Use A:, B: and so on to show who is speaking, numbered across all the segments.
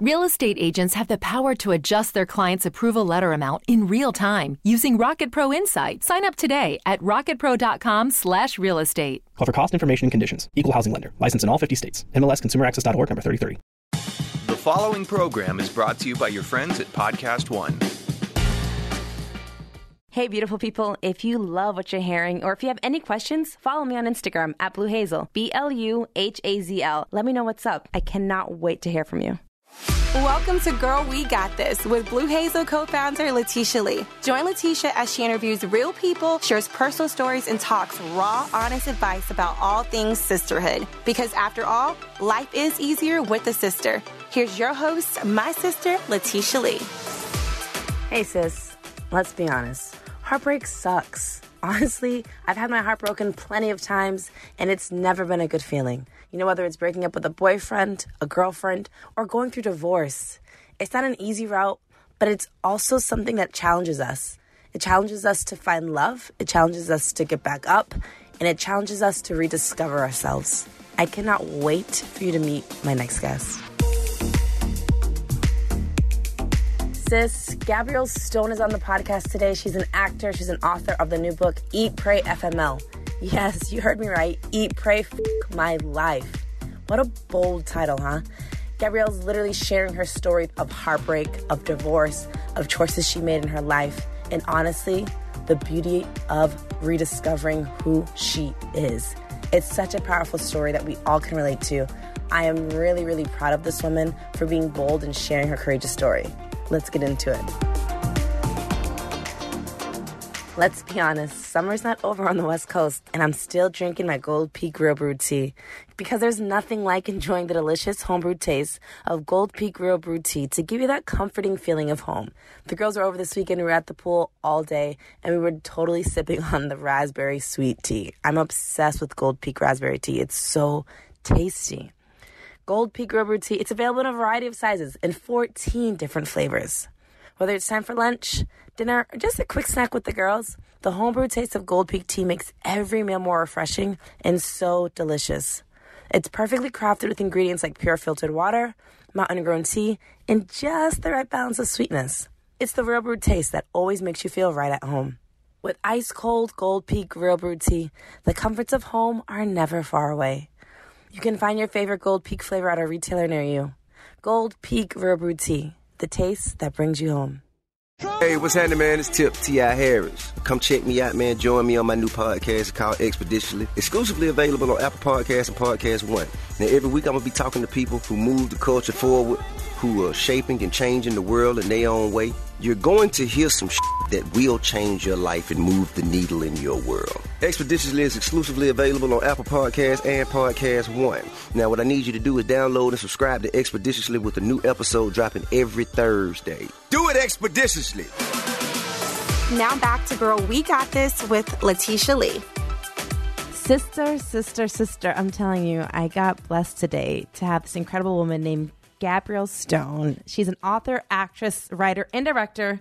A: Real estate agents have the power to adjust their client's approval letter amount in real time using Rocket Pro Insight. Sign up today at rocketpro.com slash real estate.
B: Call for cost information and conditions. Equal housing lender. Licensed in all 50 states. MLS consumeraccess.org number 33.
C: The following program is brought to you by your friends at Podcast One.
D: Hey, beautiful people, if you love what you're hearing or if you have any questions, follow me on Instagram at Blue Hazel, B L U H A Z L. Let me know what's up. I cannot wait to hear from you.
E: Welcome to Girl We Got This with Blue Hazel co founder Letitia Lee. Join Letitia as she interviews real people, shares personal stories, and talks raw, honest advice about all things sisterhood. Because after all, life is easier with a sister. Here's your host, my sister, Letitia Lee.
D: Hey, sis, let's be honest. Heartbreak sucks. Honestly, I've had my heart broken plenty of times, and it's never been a good feeling. You know, whether it's breaking up with a boyfriend, a girlfriend, or going through divorce, it's not an easy route, but it's also something that challenges us. It challenges us to find love, it challenges us to get back up, and it challenges us to rediscover ourselves. I cannot wait for you to meet my next guest. sis. Gabrielle Stone is on the podcast today. She's an actor, she's an author of the new book, Eat, Pray, FML. Yes, you heard me right. Eat, Pray, F My Life. What a bold title, huh? Gabrielle's literally sharing her story of heartbreak, of divorce, of choices she made in her life, and honestly, the beauty of rediscovering who she is. It's such a powerful story that we all can relate to. I am really, really proud of this woman for being bold and sharing her courageous story. Let's get into it. Let's be honest, summer's not over on the West Coast, and I'm still drinking my Gold Peak Grill Brewed Tea because there's nothing like enjoying the delicious homebrewed taste of Gold Peak Grill Brewed Tea to give you that comforting feeling of home. The girls were over this weekend, we were at the pool all day, and we were totally sipping on the raspberry sweet tea. I'm obsessed with Gold Peak raspberry tea, it's so tasty. Gold Peak Grill Brewed Tea. It's available in a variety of sizes and 14 different flavors. Whether it's time for lunch, dinner, or just a quick snack with the girls, the homebrew taste of Gold Peak Tea makes every meal more refreshing and so delicious. It's perfectly crafted with ingredients like pure filtered water, mountain grown tea, and just the right balance of sweetness. It's the real brewed taste that always makes you feel right at home. With ice cold Gold Peak Grill Brewed Tea, the comforts of home are never far away. You can find your favorite Gold Peak flavor at a retailer near you. Gold Peak Real Brew Tea, the taste that brings you home.
F: Hey, what's happening, man? It's Tip T.I. Harris. Come check me out, man. Join me on my new podcast called Expeditionally, exclusively available on Apple Podcasts and Podcast One. Now, every week I'm going to be talking to people who move the culture forward, who are shaping and changing the world in their own way. You're going to hear some shit that will change your life and move the needle in your world. Expeditiously is exclusively available on Apple Podcasts and Podcast One. Now, what I need you to do is download and subscribe to Expeditiously with a new episode dropping every Thursday. Do it expeditiously.
E: Now back to Girl We Got This with Letitia Lee.
D: Sister, sister, sister, I'm telling you, I got blessed today to have this incredible woman named Gabrielle Stone. She's an author, actress, writer, and director.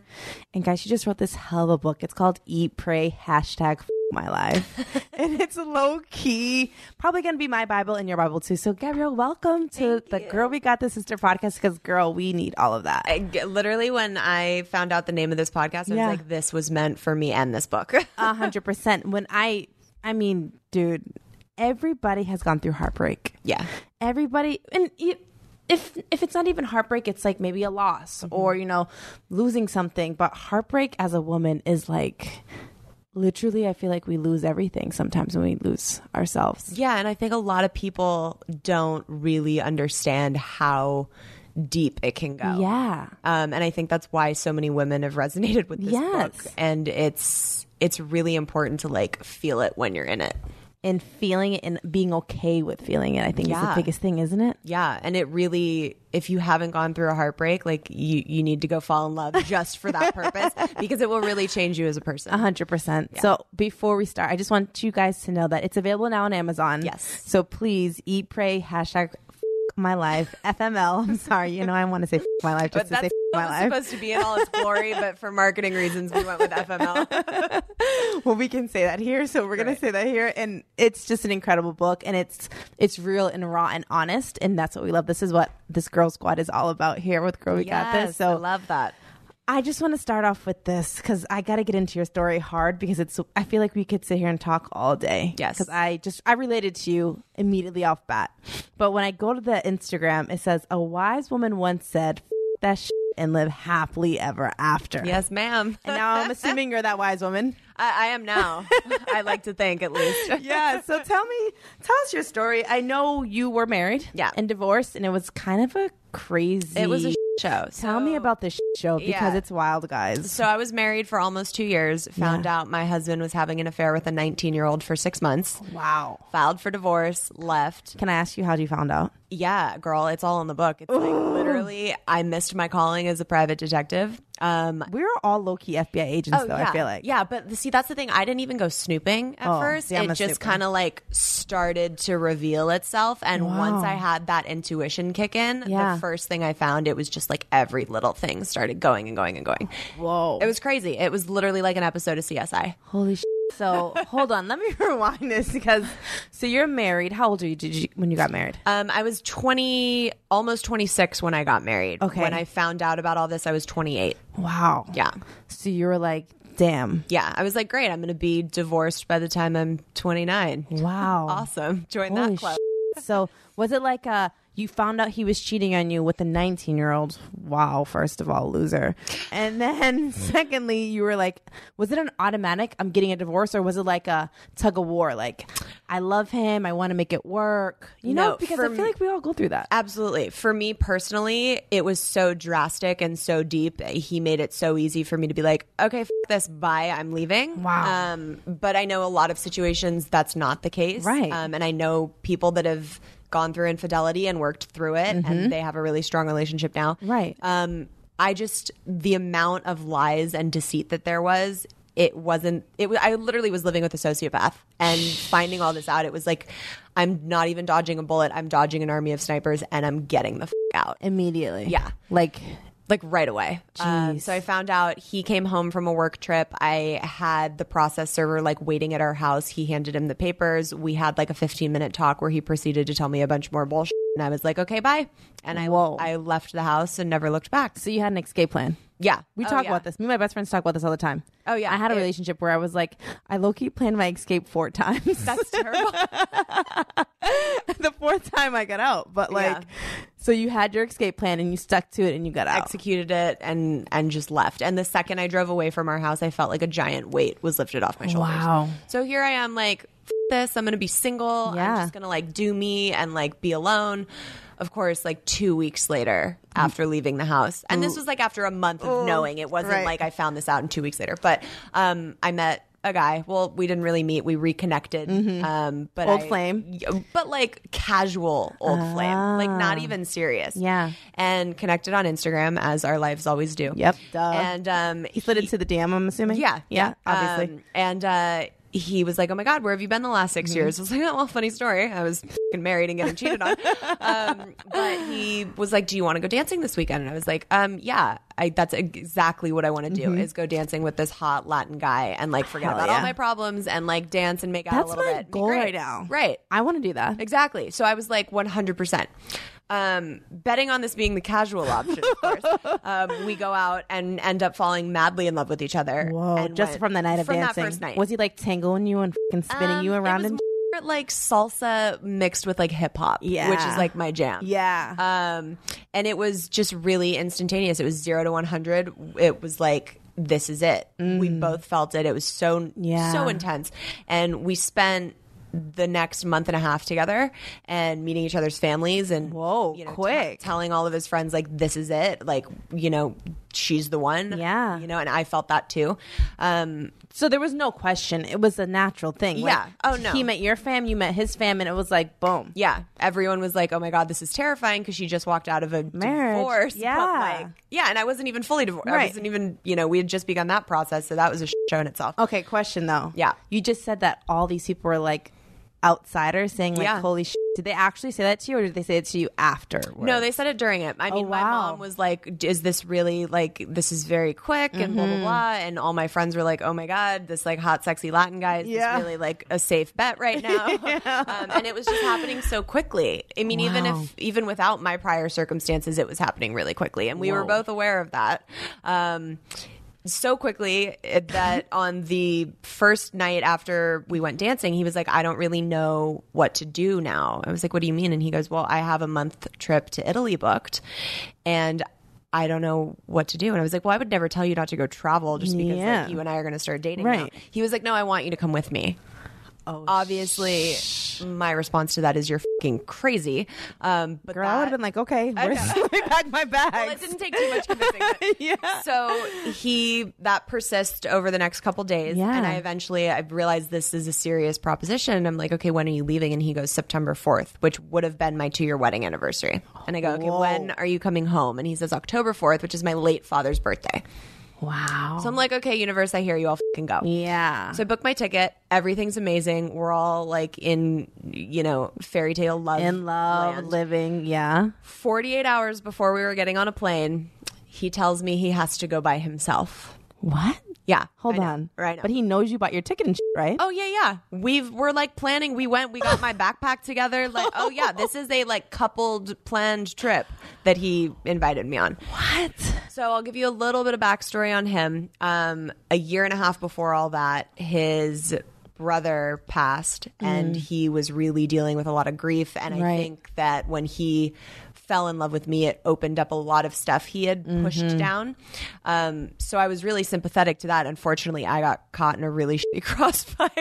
D: And guys, she just wrote this hell of a book. It's called Eat, Pray, hashtag F- my life. and it's low key, probably going to be my Bible and your Bible too. So, Gabrielle, welcome to the Girl We Got the Sister podcast because, girl, we need all of that.
G: I g- literally when I found out the name of this podcast, I
D: Yeah.
G: was like, this was meant for me and this book.
D: A hundred percent. When I, I mean, dude, everybody has gone through heartbreak.
G: yeah.
D: Everybody, and you, if if it's not even heartbreak, it's like maybe a loss or you know, losing something. But heartbreak as a woman is like, literally, I feel like we lose everything sometimes when we lose ourselves.
G: Yeah. And I think a lot of people don't really understand how deep it can go.
D: Yeah.
G: Um, and I think that's why so many women have resonated with this
D: Yes.
G: book. And it's it's really important to like feel it when you're in it.
D: And feeling it and being okay with feeling it, I think is
G: Yeah.
D: the biggest thing, isn't it?
G: Yeah, and it really if you haven't gone through a heartbreak, like you you need to go fall in love just for that purpose because it will really change you as a person.
D: A hundred percent. So before we start, I just want you guys to know that it's available now on Amazon.
G: Yes.
D: So please eat, pray, hashtag f- my life. FML. I'm sorry. You know, I want to say f- my life just
G: But
D: to say
G: that's
D: f- my
G: was
D: life.
G: supposed to be in all its glory, but for marketing reasons, we went with FML.
D: well, we can say that here, so we're gonna say that here, and it's just an incredible book, and it's it's real and raw and honest, and that's what we love. This is what this Girl Squad is all about here with Girl We Got This. So
G: I love that.
D: I just want to start off with this because I got to get into your story hard because it's. I feel like we could sit here and talk all day.
G: Yes.
D: because I just I related to you immediately off bat, but when I go to the Instagram, it says a wise woman once said F- that sh- and live happily ever after.
G: Yes, ma'am.
D: and now I'm assuming you're that wise woman.
G: I, I am now. I like to think, at least.
D: yeah. So tell me, tell us your story. I know you were married,
G: Yeah.
D: and divorced, and it was kind of a crazy.
G: It was a show.
D: tell me
G: so-
D: about this show because
G: Yeah.
D: it's wild, guys.
G: So I was married for almost two years. Found out my husband was having an affair with a 19 year old for six months.
D: wow.
G: Filed for divorce, left.
D: Can I ask you how you found out?
G: Yeah, girl, it's all in the book. It's like literally, I missed my calling as a private detective. Um,
D: We were all low key FBI agents, though.
G: Oh, yeah.
D: I feel like
G: Yeah, but the- see, that's the thing. I didn't even go snooping at
D: Oh,
G: first.
D: see, I'm
G: it
D: a
G: just
D: snooper.
G: kind of like started to reveal itself. And once I had that intuition kick in,
D: Yeah.
G: the first thing I found, it was just like every little thing started going and going and going.
D: Whoa.
G: It was crazy. It was literally like an episode of CSI.
D: Holy sh- So hold on, let me rewind this because so you're married. How old are you, did you when you got married?
G: Um, I was 20, almost 26 when I got married.
D: Okay.
G: When I found out about all this, I was 28.
D: Wow.
G: Yeah.
D: So you were like, damn.
G: Yeah. I was like, great. I'm going to be divorced by the time I'm 29.
D: Wow.
G: Awesome. Join
D: Holy
G: that club.
D: sh- So was it like uh you found out he was cheating on you with a 19 year old? Wow, first of all, loser. And then secondly, you were like, was it an automatic, I'm getting a divorce, or was it like a tug of war? Like, I love him, I want to make it work. You know,
G: No,
D: because
G: for
D: I feel
G: me-
D: like we all go through that.
G: Absolutely. For me personally, it was so drastic and so deep. He made it so easy for me to be like, okay, f- this, bye, I'm leaving.
D: Wow.
G: Um, but I know a lot of situations that's not the case.
D: Right.
G: Um, and I know people that have gone through infidelity and worked through it, and they have a really strong relationship now.
D: Mm-hmm. Right.
G: Um, I just, the amount of lies and deceit that there was. It wasn't. It. wa- I literally was living with a sociopath, and finding all this out, it was like, I'm not even dodging a bullet. I'm dodging an army of snipers, and I'm getting the f- out
D: Immediately.
G: Yeah.
D: Like,
G: like right away. Um, so I found out he came home from a work trip. I had the process server like waiting at our house. He handed him the papers. We had like a 15 minute talk where he proceeded to tell me a bunch more bullshit. And I was like, okay, bye. And I,
D: Whoa.
G: I left the house and never looked back.
D: so you had an escape plan.
G: Yeah.
D: We
G: Oh,
D: talk
G: yeah.
D: about this. Me and my best friends talk about this all the time.
G: Oh, yeah.
D: I had a
G: It-
D: relationship where I was like, I low key planned my escape four times.
G: That's terrible.
D: the fourth time I got out. But like,
G: Yeah.
D: so you had your escape plan and you stuck to it and you got out.
G: Executed it and and just left. And the second I drove away from our house, I felt like a giant weight was lifted off my shoulders.
D: Wow.
G: So here I am, like, F- this. I'm going to be single.
D: Yeah.
G: I'm just going to, like, do me and, like, be alone. Of course, like, two weeks later after leaving the house. And this was, like, after a month of knowing. It wasn't like I found this out in two weeks later. But um, I met a guy. Well, we didn't really meet. We reconnected. Um, but
D: Mm-hmm. Old
G: I-
D: flame.
G: y- But, like, casual old flame. Like, not even serious.
D: Ah. Yeah.
G: And connected on Instagram, as our lives always do.
D: Yep, duh.
G: And um,
D: He slid into the DM, I'm assuming.
G: yeah,
D: Yeah. Obviously.
G: Um, and uh, he was like, "Oh my God, where have you been the last
D: Mm-hmm.
G: 6 years?" I was like, "Oh, well, funny story. I was fing married and getting cheated on." um, but he was like, "Do you want to go dancing this weekend?" And I was like, "Um, yeah, I, that's exactly what I want to do is go dancing with this hot Latin guy and like
D: Mm-hmm.
G: forget
D: Hell
G: about
D: yeah.
G: all my problems and like dance and make out
D: That's
G: a little
D: my
G: bit." It'd be
D: goal
G: great.
D: right now.
G: Right.
D: I want to do that.
G: Exactly. So I was like 100%. Um, betting on this being the casual option, of course. um, we go out and end up falling madly in love with each other.
D: Whoa.
G: and
D: Just
G: went-
D: from the night of
G: from
D: dancing.
G: That first night.
D: Was he like tangling you and fucking spinning you
G: Um,
D: around?
G: It
D: and
G: was more like salsa mixed with like hip hop,
D: Yeah.
G: which is like my jam.
D: Yeah.
G: Um, and it was just really instantaneous. It was zero to 100. It was like, this is it. We both felt it. It was so,
D: Mm. Yeah.
G: so intense. And we spent the next month and a half together and meeting each other's families and
D: Whoa,
G: you know,
D: quick.
G: te- telling all of his friends like this is it like you know she's the one
D: Yeah.
G: you know and i felt that too um
D: so there was no question. It was a natural thing. Like,
G: Yeah. Oh, no.
D: He met your fam, you met his fam, and it was like, boom.
G: yeah, everyone was like, "Oh my god, this is terrifying" because she just walked out of a
D: Marriage.
G: divorce. but,
D: Yeah.
G: like, yeah, and I wasn't even fully divorced.
D: Right.
G: I wasn't even, you know, we had just begun that process, so that was a shit show in itself.
D: Okay, question though.
G: Yeah.
D: You just said that all these people were like outsider saying like,
G: Yeah.
D: "Holy shit!" Did they actually say that to you, or did they say it to you after?
G: No, they said it during it. I mean, my
D: Oh, wow.
G: mom was like, "Is this really like this is very quick and blah
D: Mm-hmm.
G: blah blah?" And all my friends were like, "Oh my god, this like hot sexy Latin guy is this
D: Yeah.
G: really like a safe bet right now." um, and it was just happening so quickly. I mean, even if even without my prior circumstances, it was happening really quickly, and we were both aware of that. Um, so quickly it- that on the first night after we went dancing, he was like, I don't really know what to do now. I was like, What do you mean? And he goes, Well, I have a month trip to Italy booked and I don't know what to do. And I was like, Well, I would never tell you not to go travel just because
D: Yeah.
G: like, you and I are going to start dating.
D: Right.
G: now." He was like, No, I want you to come with me. Oh, obviously, my response to that is you're fucking crazy. Um, but
D: Girl, I would have
G: that-
D: been like, "Okay, where's my bag? My
G: well, it
D: bags."
G: didn't take too much convincing. but- So he that persists over the next couple days,
D: Yeah.
G: and I eventually I realized this is a serious proposition. And I'm like, okay, when are you leaving? And he goes September 4th, which would have been my two year wedding anniversary. And I go, okay, when are you coming home? And he says October 4th, which is my late father's birthday.
D: wow.
G: So I'm like, okay, universe, I hear you. I'll fucking go.
D: yeah.
G: So I booked my ticket. Everything's amazing. We're all like in, you know, fairy tale love.
D: in love,
G: land.
D: living, yeah.
G: 48 hours before we were getting on a plane, he tells me he has to go by himself.
D: What?
G: Yeah.
D: Hold
G: I know,
D: on.
G: Right.
D: But he knows you bought your ticket and shit, right?
G: Oh yeah, yeah. We've we're like planning. We went. We got my backpack together. Like, oh yeah, this is a like coupled planned trip that he invited me on.
D: What?
G: So I'll give you a little bit of backstory on him. Um, a year and a half before all that, his brother passed, and he was really dealing with a lot of grief. And I
D: Mm. Right.
G: think that when he fell in love with me, it opened up a lot of stuff he had
D: Mm-hmm.
G: pushed down. Um, so I was really sympathetic to that. Unfortunately, I got caught in a really shitty crossfire.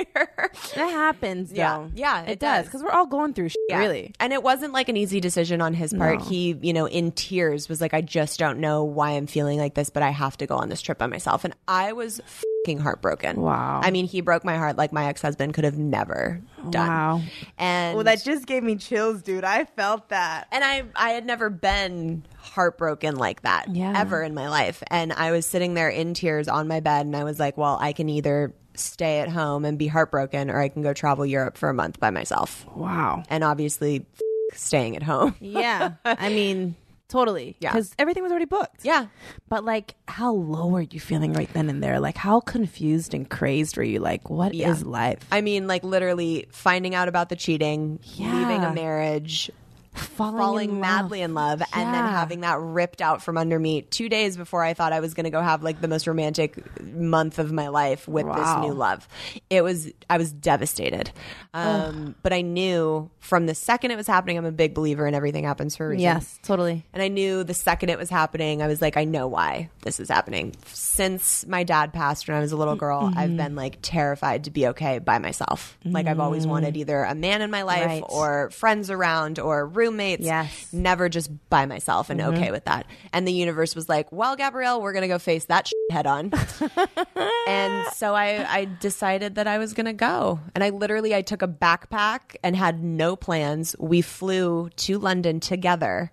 D: That happens, though.
G: Yeah. Yeah,
D: it,
G: it
D: does.
G: does.
D: Because we're all going through shit,
G: Yeah.
D: really.
G: And it wasn't like an easy decision on his part. He, you know, in tears was like, I just don't know why I'm feeling like this, but I have to go on this trip by myself. And I was fing heartbroken.
D: Wow.
G: I mean, he broke my heart like my ex husband could have never done.
D: Wow.
G: And
D: Well, that just gave me chills, dude. I felt that.
G: and I I had never been heartbroken like that
D: Yeah.
G: ever in my life. And I was sitting there in tears on my bed and I was like, well, I can either stay at home and be heartbroken or I can go travel Europe for a month by myself.
D: Wow.
G: And obviously f- staying at home.
D: Yeah. I mean, totally.
G: Yeah.
D: Because everything was already booked.
G: Yeah.
D: But, like, how low are you feeling right then and there? Like, how confused and crazed were you? Like, what is
G: Yeah.
D: life?
G: I mean, like literally finding out about the cheating,
D: Yeah.
G: leaving a marriage,
D: falling,
G: falling
D: in love.
G: madly in love, and then
D: Yeah.
G: having that ripped out from under me two days before I thought I was going to go have like the most romantic month of my life with
D: Wow. Oh.
G: this new love. It was, I was devastated. Um, but I knew from the second it was happening, I'm a big believer in everything happens for a reason.
D: Yes, totally.
G: And I knew the second it was happening, I was like, I know why this is happening. Since my dad passed when I was a little girl,
D: Mm-hmm.
G: I've been like terrified to be okay by myself. Like I've always wanted either a man in my life
D: Mm-hmm. Right.
G: or friends around or roommates.
D: Yes.
G: Never just by myself and okay with that. And the universe was like, well, Gabrielle, we're going to go face that shit head on. and so I, I decided that I was going to go. And I literally, I took a backpack and had no plans. We flew to London together.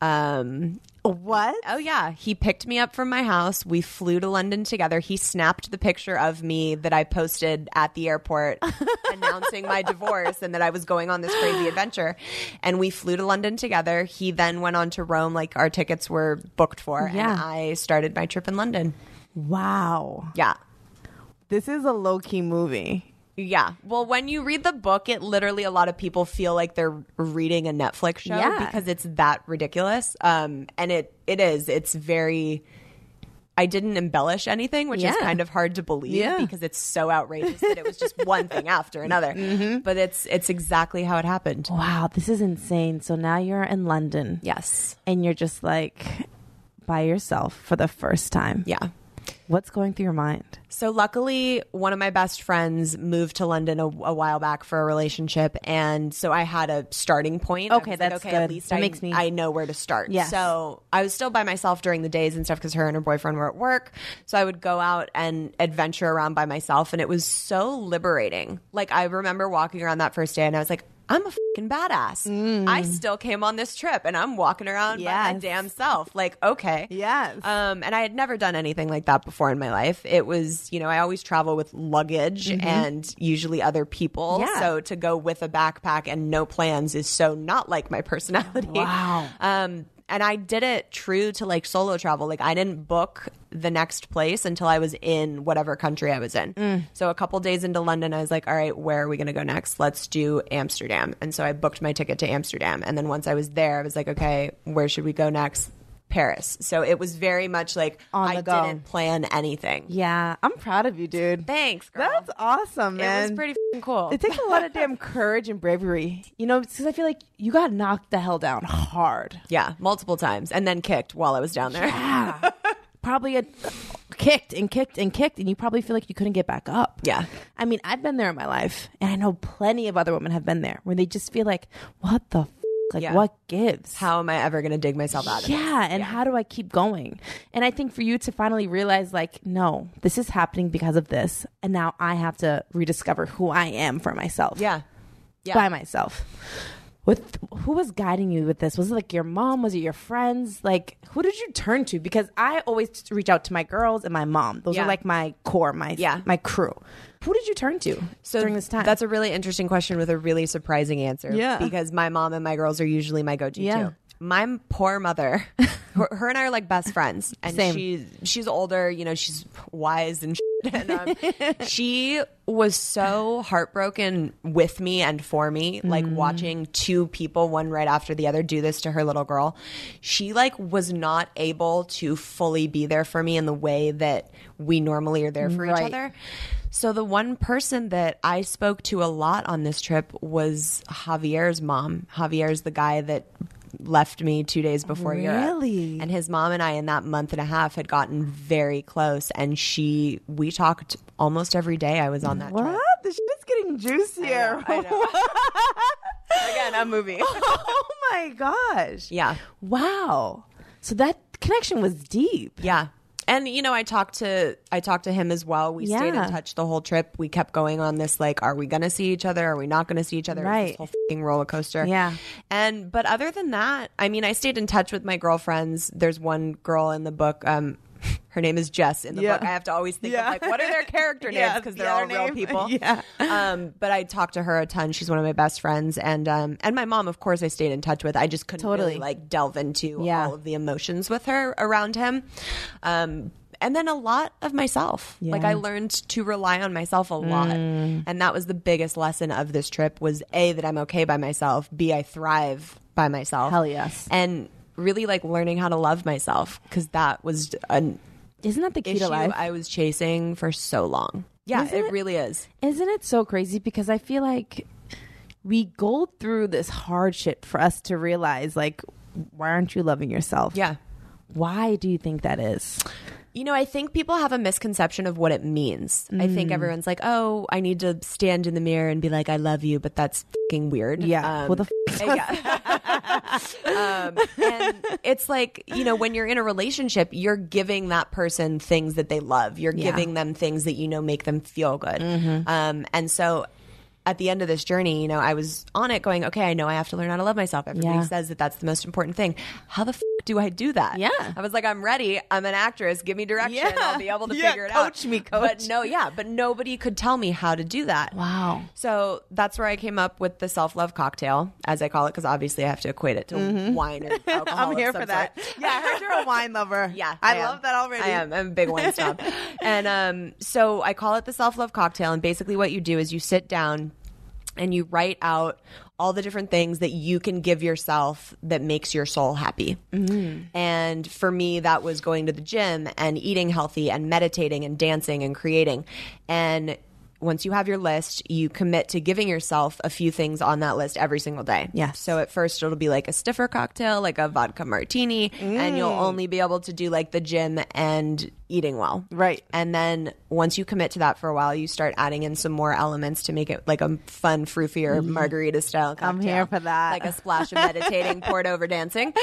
G: Um,
D: What?
G: oh yeah, he picked me up from my house. We flew to London together. He snapped the picture of me that I posted at the airport announcing my divorce and that I was going on this crazy adventure. And we flew to London together. He then went on to Rome like our tickets were booked for
D: Yeah.
G: and I started my trip in London.
D: Wow.
G: Yeah.
D: This is a low key movie.
G: Yeah. Well, when you read the book, it literally a lot of people feel like they're reading a Netflix show
D: Yeah.
G: because it's that ridiculous. Um, and it it is. It's very. I didn't embellish anything, which is
D: Yeah.
G: kind of hard to believe
D: Yeah.
G: because it's so outrageous that it was just one thing after another.
D: Mm-hmm.
G: But it's it's exactly how it happened.
D: Wow, this is insane. So now you're in London.
G: Yes.
D: And you're just like by yourself for the first time.
G: Yeah.
D: What's going through your mind?
G: So luckily, one of my best friends moved to London a, a while back for a relationship, and so I had a starting point. I
D: Okay,
G: was
D: that's
G: okay.
D: good.
G: At least
D: That
G: I,
D: makes me-
G: I know where to start.
D: Yes.
G: So I was still by myself during the days and stuff because her and her boyfriend were at work. So I would go out and adventure around by myself, and it was so liberating. Like I remember walking around that first day, and I was like, I'm a fucking badass. I still came on this trip and I'm walking around by my
D: Mm. Yes.
G: damn self. Like, okay.
D: Yes.
G: Um, and I had never done anything like that before in my life. It was, you know, I always travel with luggage and usually other people.
D: Mm-hmm. Yeah.
G: So to go with a backpack and no plans is so not like my personality. Wow. Um, and I did it true to like solo travel. Like I didn't book the next place until I was in whatever country I was in.
D: Mm.
G: So a couple days into London, I was like, all right, where are we going to go next? Let's do Amsterdam. And so I booked my ticket to Amsterdam. And then once I was there, I was like, okay, where should we go next? Paris. So it was very much like
D: On
G: I
D: the go.
G: didn't plan anything.
D: yeah, I'm proud of you, dude.
G: Thanks, girl.
D: That's awesome,
G: it
D: man.
G: was pretty fing cool.
D: It takes a lot of damn courage and bravery, you know, because I feel like you got knocked the hell down hard.
G: yeah, multiple times, and then kicked while I was down there.
D: Probably a, kicked and kicked and kicked, and you probably feel like you couldn't get back up.
G: Yeah.
D: I mean, I've been there in my life, and I know plenty of other women have been there where they just feel like, what the f? Like,
G: Yeah.
D: what gives?
G: How am I ever going to dig myself out of it?
D: yeah, and how do I keep going? And I think for you to finally realize, like, no, this is happening because of this, and now I have to rediscover who I am for myself.
G: Yeah. Yeah.
D: by myself. With who was guiding you with this? Was it like your mom? Was it your friends? Like who did you turn to? Because I always reach out to my girls and my mom. Those
G: Yeah.
D: are like my core, my
G: Yeah.
D: my crew. Who did you turn to during this time?
G: That's a really interesting question with a really surprising answer.
D: Yeah.
G: Because my mom and my girls are usually my go to
D: Yeah.
G: too. My m- poor mother, her her and I are like best friends, and
D: Same.
G: she's she's older. You know, she's wise and, shit, and um, she was so heartbroken with me and for me, like
D: Mm-hmm.
G: watching two people, one right after the other, do this to her little girl. She like was not able to fully be there for me in the way that we normally are there for each
D: Right.
G: other. So the one person that I spoke to a lot on this trip was Javier's mom. Javier's the guy that left me two days before
D: Really?
G: Europe. And his mom and I in that month and a half had gotten very close and she we talked almost every day I was on that
D: what?
G: trip.
D: This shit's getting juicier.
G: I know. Again, a movie.
D: oh my gosh.
G: yeah.
D: Wow. So that connection was deep.
G: Yeah. And you know, I talked to I talked to him as well. We stayed
D: Yeah.
G: in touch the whole trip. We kept going on this like, are we gonna see each other? Are we not gonna see each other? It was
D: Right.
G: This whole fing roller coaster.
D: Yeah.
G: And but other than that, I mean, I stayed in touch with my girlfriends. There's one girl in the book. Um, her name is Jess in the
D: Yeah.
G: book. I have to always think
D: Yeah.
G: of like, what are their character names?
D: Yeah,
G: Because
D: the
G: they're all
D: other
G: real
D: name.
G: people.
D: Yeah.
G: Um, but I talked to her a ton. She's one of my best friends, and um, and my mom, of course, I stayed in touch with. I just couldn't really
D: Totally.
G: like delve into
D: Yeah.
G: all of the emotions with her around him. Um, and then a lot of myself. Like
D: Yeah. Mm.
G: I learned to rely on myself a lot. And that was the biggest lesson of this trip was A that I'm okay by myself, B I thrive by myself.
D: Hell yes.
G: And really like learning how to love myself cuz that was an
D: Isn't that the key
G: issue
D: to life?
G: I was chasing for so long. Yeah,
D: Isn't
G: it,
D: it-
G: really is.
D: Isn't it so crazy? Because I feel like we go through this hard shit for us to realize, like, why aren't you loving yourself?
G: Yeah.
D: Why do you think that is?
G: You know, I think people have a misconception of what it means. I
D: Mm.
G: think everyone's like, "Oh, I need to stand in the mirror and be like, I love you," but that's fucking weird.
D: Yeah.
G: Um,
D: well, the
G: Yeah. um, and it's like, you know, when you're in a relationship, you're giving that person things that they love. You're
D: Yeah. Mm-hmm.
G: giving them things that you know make them feel good. Um, and so at the end of this journey, you know, I was on it going, okay, I know I have to learn how to love myself. Everybody
D: Yeah.
G: says that that's the most important thing. How the f- do I do that?
D: Yeah.
G: I was like, I'm ready. I'm an actress. Give me direction.
D: Yeah.
G: I'll be able to
D: Yeah,
G: figure it out.
D: coach me,
G: But
D: coach.
G: no, yeah, but nobody could tell me how to do that.
D: wow.
G: So that's where I came up with the self love cocktail, as I call it, because obviously I have to equate it to wine or alcohol.
D: Mm-hmm. I'm
G: of
D: here
G: some
D: for that.
G: sort.
D: Yeah, I heard you're a wine lover.
G: Yeah,
D: I,
G: am.
D: love that already.
G: I am. I'm a big wine snob. and um, so I call it the self love cocktail. And basically, what you do is you sit down and you write out all the different things that you can give yourself that makes your soul happy.
D: Mm-hmm.
G: And for me, that was going to the gym and eating healthy and meditating and dancing and creating. And once you have your list, you commit to giving yourself a few things on that list every single day.
D: Yes.
G: So at first, it'll be like a stiffer cocktail, like a vodka martini, and
D: Mm.
G: you'll only be able to do like the gym and eating well.
D: Right.
G: And then once you commit to that for a while, you start adding in some more elements to make it like a fun, fruitier margarita style cocktail.
D: Mm-hmm. I'm here for that.
G: Like a splash of meditating, poured over dancing.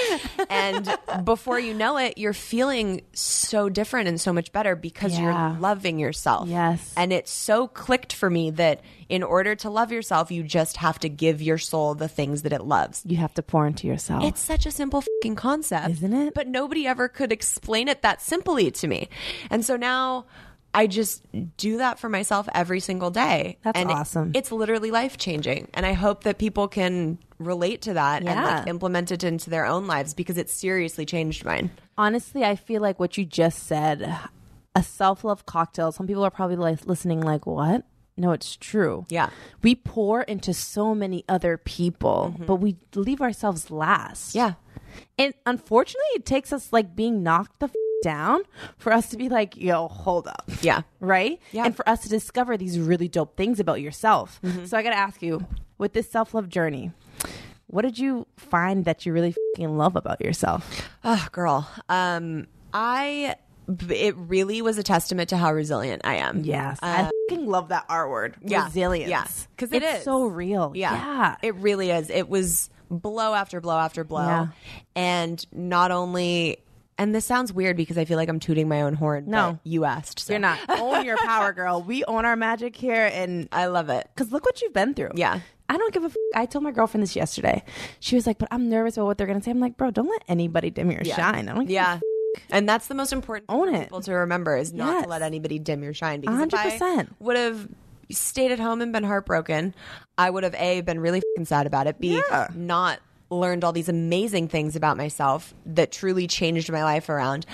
G: And before you know it, you're feeling so different and so much better because
D: Yeah.
G: you're loving yourself.
D: Yes.
G: And it's so clear clicked for me that in order to love yourself, you just have to give your soul the things that it loves.
D: You have to pour into yourself.
G: It's such a simple fucking concept,
D: Isn't it?
G: But nobody ever could explain it that simply to me. And so now I just do that for myself every single day.
D: That's
G: and it-
D: awesome.
G: it's literally life changing. And I hope that people can relate to that and
D: Yeah.
G: like implement it into their own lives because it seriously changed mine.
D: honestly, I feel like what you just said, a self love cocktail. Some people are probably like listening, like, what? No, it's true.
G: Yeah.
D: We pour into so many other people, but we leave ourselves last.
G: Mm-hmm. Yeah.
D: And unfortunately, it takes us like being knocked the f- down for us to be like, yo, hold up.
G: Yeah.
D: Right?
G: Yeah. Mm-hmm.
D: And for us to discover these really dope things about yourself. So I got to ask you with this self love journey, what did you find that you really fing love about yourself?
G: Oh, girl. Um, I, b- it really was a testament to how resilient I am. Uh,
D: I fing love that R word.
G: Yeah.
D: Resilience.
G: Yeah. 'Cause it
D: it's
G: is.
D: so real.
G: Yeah. It really is. It was blow after blow after blow.
D: Yeah.
G: And not only and this sounds weird because I feel like I'm tooting my own horn.
D: No.
G: but you asked. so.
D: You're not. own your power, girl. We own our magic here. And
G: I love it.
D: because look what you've been through.
G: Yeah.
D: I don't give a. F- I told my girlfriend this yesterday. She was like, "But I'm nervous about what they're gonna say." I'm like, "Bro, don't let anybody dim your shine." I don't. give a
G: Yeah. And that's the most important
D: Own
G: thing for
D: it.
G: people to remember is not
D: Yes.
G: to let anybody dim your shine. Because if I
D: 100%.
G: would have stayed at home and been heartbroken, I would have A, been really fing sad about it, B, not learned all these amazing things about myself that truly changed my life around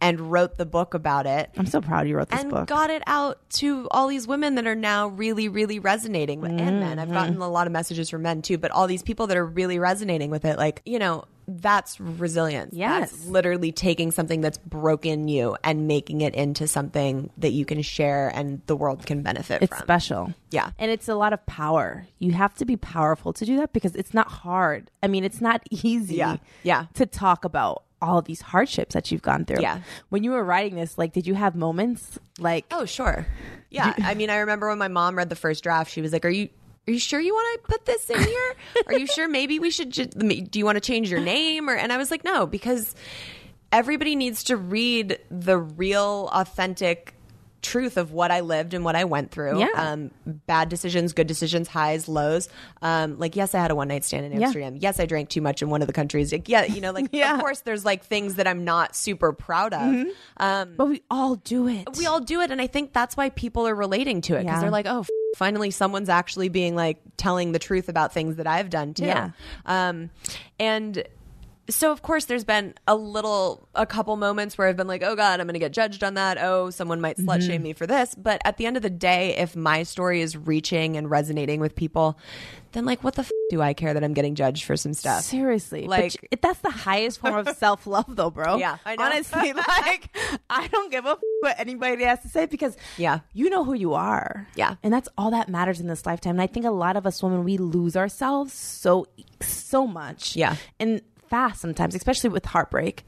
G: and wrote the book about it.
D: I'm so proud you wrote this
G: and
D: book.
G: got it out to all these women that are now really, really resonating with and men. I've
D: Mm-hmm.
G: gotten a lot of messages from men too, but all these people that are really resonating with it, like you know, that's resilience.
D: Yes.
G: that's literally taking something that's broken you and making it into something that you can share and the world can benefit
D: it's
G: from.
D: special.
G: Yeah.
D: and it's a lot of power. You have to be powerful to do that because it's not hard. I mean, it's not easy.
G: Yeah. Yeah.
D: To talk about all these hardships that you've gone through.
G: Yeah.
D: When you were writing this, like, did you have moments like?
G: Oh, sure. Yeah. I mean, I remember when my mom read the first draft, she was like, Are you. Are you sure you want to put this in here? Are you sure maybe we should just do you want to change your name or and I was like no because everybody needs to read the real authentic truth of what I lived and what I went through.
D: Yeah.
G: Um, bad decisions, good decisions, highs, lows. Um, like yes, I had a one night stand in
D: Yeah.
G: Amsterdam. Yes, I drank too much in one of the countries. Like, yeah, you know, like
D: Yeah. Mm-hmm.
G: of course there's like things that I'm not super proud of. Um
D: But we all do it.
G: we all do it and i think that's why people are relating to it because
D: Yeah.
G: they're like oh f- finally someone's actually being like telling the truth about things that i've done too
D: Yeah.
G: um and so of course there's been a little a couple moments where i've been like oh god i'm gonna get judged on that oh someone might slut
D: Mm-hmm.
G: shame me for this but at the end of the day if my story is reaching and resonating with people then like what the f- do i care that i'm getting judged for some stuff
D: Seriously, like
G: Like-
D: but that's the highest form of self love, though, bro.
G: Yeah, I know.
D: honestly, like I don't give a f- what anybody has to say because
G: Yeah.
D: you know who you are.
G: Yeah.
D: and that's all that matters in this lifetime. And I think a lot of us women we lose ourselves so so much.
G: Yeah.
D: and fast sometimes, especially with heartbreak.